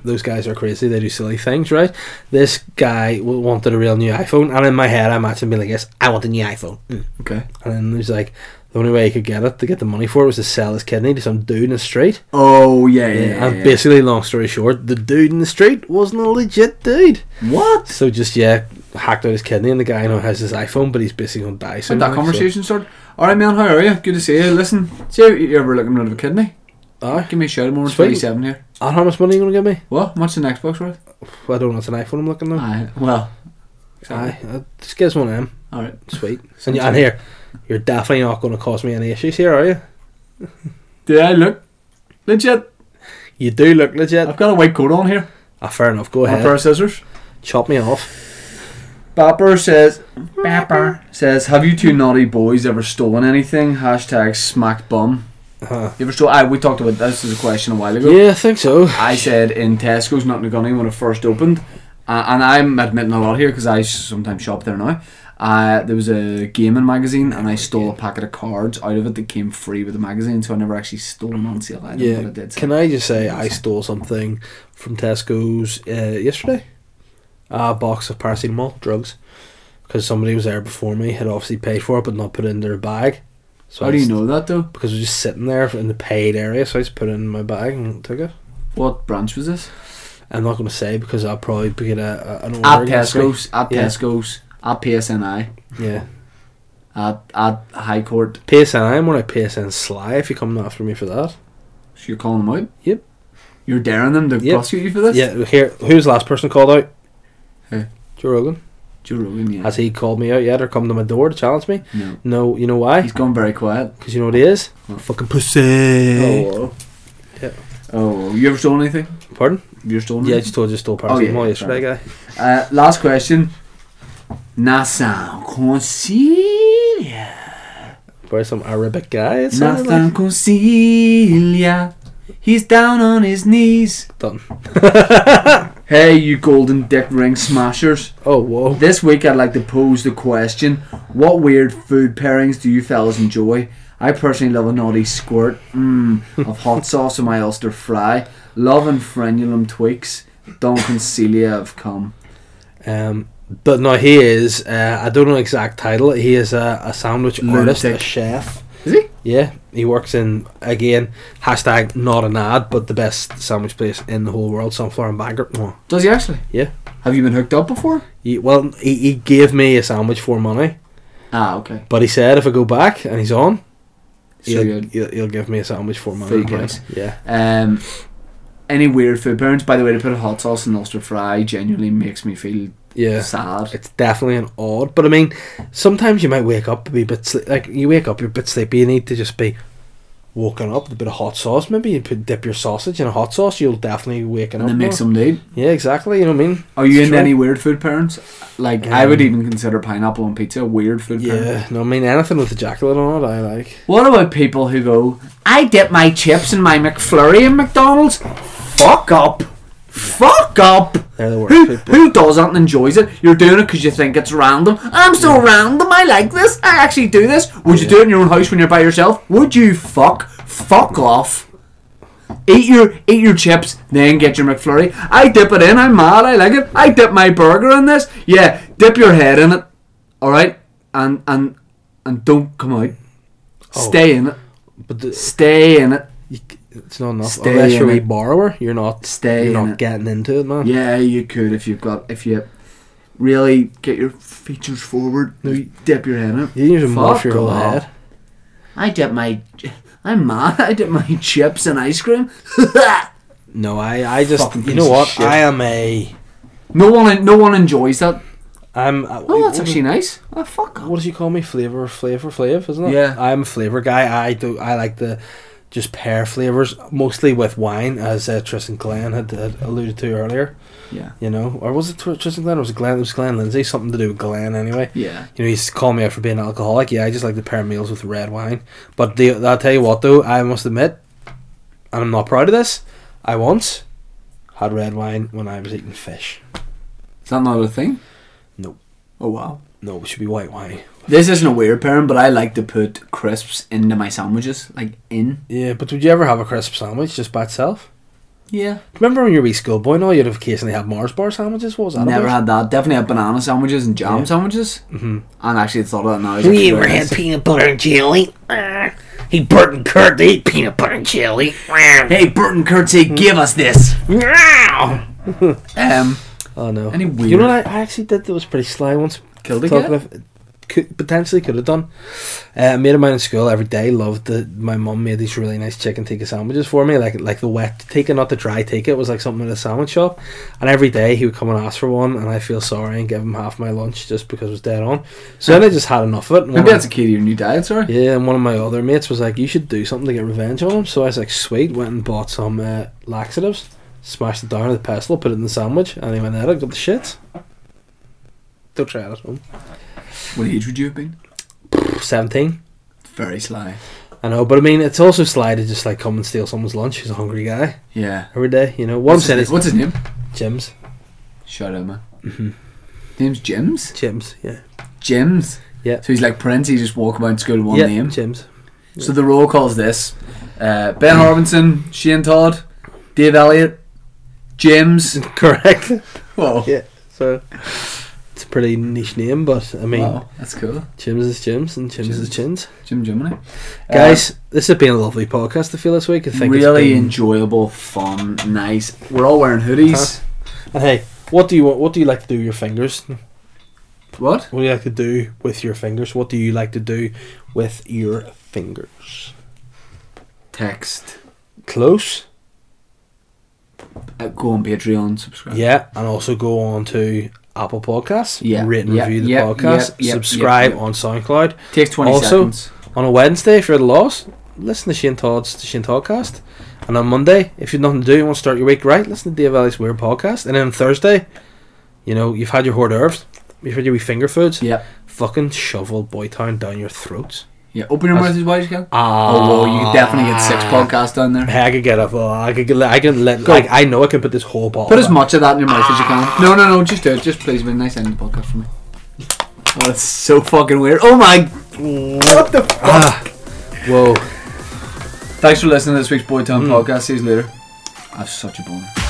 Those guys are crazy. They do silly things, right? This guy w- wanted a real new iPhone, and in my head, I'm actually being like, "Yes, I want a new iPhone." Mm. Okay. And then he was like, the only way he could get it to get the money for it was to sell his kidney to some dude in the street. Oh yeah, yeah. yeah, and yeah. basically, long story short, the dude in the street wasn't a legit dude. what? So just yeah, hacked out his kidney, and the guy now has his iPhone, but he's basically gonna die When soon. that like, so- conversation started. All right, man. How are you? Good to see you. Listen, see if you ever looking out of a kidney. Aye. Give me a shout. I'm over Ah. Sweet. 27 here. And how much money are you gonna give me? What? What's an Xbox worth? I don't know. It's an iPhone. I'm looking now. Aye. Well. Aye, uh, just gives one of them. All right. Sweet. And, you- and here, you're definitely not going to cause me any issues here, are you? Do I look legit? You do look legit. I've got a white coat on here. Ah, fair enough. Go and A pair ahead. of scissors. Chop me off. Bapper says Bapper. says Have you two naughty boys ever stolen anything? Hashtag smacked bum. Uh, You ever stole? I we talked about this as a question a while ago. yeah, I think so. I said in Tesco's not Nagani when it first opened, uh, and I'm admitting a lot here because I sometimes shop there now. Uh, there was a gaming magazine, and I stole a packet of cards out of it that came free with the magazine, so I never actually stole an on sale item. but I Yeah. did. Can I just say I stole something from Tesco's uh, yesterday? A box of paracetamol drugs because somebody was there before me had obviously paid for it but not put it in their bag. So How I do you just- know that though? Because it was just sitting there in the paid area, so I just put it in my bag and took it. What branch was this? I'm not going to say because I'll probably get a, a an order At against me. Tesco's, at Yeah. Tesco's, at PSNI, Yeah. at at High Court. PSN, I'm on a PSN Sly if you're coming after me for that. So you're calling them out. Yep. You're daring them to Yep. prosecute you for this. Yeah, here, who's the last person called out? Who? Joe Rogan. Joe Rogan. Yeah. Has he called me out yet or come to my door to challenge me? no. No, you know why? He's gone very quiet. Because you know what he is? Hmm. Fucking Fucking pussy. Oh. Yeah. Oh, you ever stolen anything? p- pardon? Have you ever stolen Yeah, I anything? just told you I stole paracetamol Oh, yeah, yeah, yesterday, guy. Uh, last question. Nathan Concilia. By some Arabic guy. It sounded Nathan like. Concilia. He's down on his knees. Done. Hey, you golden dick ring smashers. Oh, whoa. This week I'd like to pose the question What weird food pairings do you fellas enjoy? I personally love a naughty squirt mm, of hot sauce on my Ulster fry. Love and frenulum tweaks. Don Concilia have come. Um, but no, he is, uh, I don't know the exact title, he is a, a sandwich artist, a Lunatic. chef. Is he? Yeah, he works in again hashtag not an ad, but the best sandwich place in the whole world, Sunflower and Bangor. Well, Does he actually? Yeah. Have you been hooked up before? he, well, he, he gave me a sandwich for money, Ah, okay. but he said if I go back and he's on, So he'll, you're he'll, he'll give me a sandwich for money. Food guys. Yeah, Um, any weird food pairings? By the way, to put a hot sauce in Ulster fry genuinely makes me feel yeah. sad. It's definitely an odd, but I mean, sometimes you might wake up and be a bit sle- like you wake up, you're a bit sleepy. You need to just be woken up with a bit of hot sauce. Maybe you put dip your sausage in a hot sauce. You'll definitely waken And up. it more. makes them need. yeah, exactly. You know what I mean? Are you Oh. It's into true. any weird food pairings? Like I would Um, even consider pineapple on pizza a weird food pairing. Yeah, no, I mean anything with the jacket on it, I like. What about people who go, I dip my chips in my McFlurry in McDonald's? Fuck up. Fuck up. They're the worst Who, people. who does that and enjoys it? You're doing it because you think it's random. I'm so random. I like this. I actually do this. Would you do it in your own house when you're by yourself? Would you fuck? Fuck off. Eat your eat your chips, then get your McFlurry. I dip it in. I'm mad. I like it. I dip my burger in this. Yeah, dip your head in it. All right, and and and don't come out. Oh. Stay in it. But the, Stay in it. you, c- it's not enough. Stay Unless you're in a wee it. borrower, you're not. Stay you're in not it. getting into it, man. Yeah, you could if you've got if you really get your features forward. No, you you- dip your head in. it. You need to muff Fuck your whole off. head. I dip my. I'm mad. I dip my chips in ice cream. No, I, I just, Fucking you piece know of what? shit. I am a, no one, no one enjoys that. I'm. a- Oh, that's what- actually nice. Oh, fuck off. What does he call me? Flavor, flavor, flav, isn't it? Yeah. I'm a flavor guy. I do. I like the just pair flavors, mostly with wine, as uh, Tristan Glenn had, had alluded to earlier. Yeah, You know, or was it Tr- Tristan Glenn? Or was it Glenn? It was Glenn Lindsay. Something to do with Glenn, anyway. yeah. You know, he's calling me out for being an alcoholic. Yeah, I just like to pair meals with red wine. But the, I'll tell you what, though, I must admit, and I'm not proud of this, I once had red wine when I was eating fish. Is that not a thing? No. Oh wow. No, it should be white wine. This isn't a weird pairing, but I like to put crisps into my sandwiches, like in. Yeah, but would you ever have a crisp sandwich just by itself? Yeah. Remember when you were a schoolboy? Now you'd have occasionally had Mars bar sandwiches. What was that? Never about? had that. Definitely had banana sandwiches and jam sandwiches. Mm-hmm. And actually, it's thought of that now. We ever had peanut butter and jelly. Ah. Hey, Bert and Kurt, they eat peanut butter and jelly. Ah. Hey, Burton Curtsy, give us this. Meow. Um, Oh no. Any You know weird- what I, I actually did that was pretty sly once. Killed a Talking cat? of- could, potentially could have done. Uh, a mate of mine in school every day loved the my mum made these really nice chicken tikka sandwiches for me, like like the wet tikka, not the dry tikka. It was like something at a sandwich shop, and every day he would come and ask for one, and I feel sorry and give him half my lunch just because it was dead on. So then I just had enough of it. and maybe when I- that's a key to your new diet, sorry. yeah, and one of my other mates was like, "You should do something to get revenge on him." So I was like, "Sweet," went and bought some uh, laxatives, smashed it down with a pestle, put it in the sandwich, and he went at it, got the shit. Don't try it at home. What age would you have been? Seventeen. Very sly. I know, but I mean, it's also sly to just like come and steal someone's lunch. He's a hungry guy Yeah. every day, you know. One What's said his, is what's his name? Jim's. Shout out, man. Mm-hmm. Name's Jims? Jim's, yeah, Jims. Yeah. So he's like Prince, he just walk about school with one yeah, name. Jim's. So the roll calls this uh, Ben Harbinson, Shane Todd, Dave Elliott, Jims. Correct. Whoa. Yeah. So it's a pretty niche name, but I mean, Wow, that's cool. Jim's is Jim's and Chim's is Jim's. Uh, Chins. Jim Jiminy. Guys, this has been a lovely podcast. I feel this week. I think it's really been- enjoyable, fun, nice. We're all wearing hoodies. Uh-huh. And hey, what do you want? What do you like to do with your fingers? What? What do you like to do with your fingers? What do you like to do with your fingers? Text. Close. Uh, go on Patreon, subscribe. Yeah, and also go on to Apple Podcasts. Yeah, Rate and yeah, review the yeah, podcast. yeah, yeah, subscribe yeah, on SoundCloud. Takes 20 Also- seconds. On a Wednesday, if you're at a loss, listen to Shane Todd's the Shane Toddcast. And on Monday, if you've nothing to do, you want to start your week right, listen to Dave Elliott's Weird Podcast. And then on Thursday, you know, you've had your hors d'oeuvres, you've had your wee finger foods. Yeah. Fucking shovel Boytown down your throats. Yeah. Open your mouth That's- as wide as you can. Ah, Oh, whoa, you could definitely get six podcasts down there. I could get up. Oh, I could. Get, I can let. Go. Like I know I can put this whole ball. Put as much of that in your mouth as you can. No, no, no, just do it. Just please, be a nice end of the podcast for me. Oh, that's so fucking weird. Oh my. What the fuck? Ah. Whoa. Hmm. Thanks for listening to this week's Boy Town podcast. See you later. I have such a boner.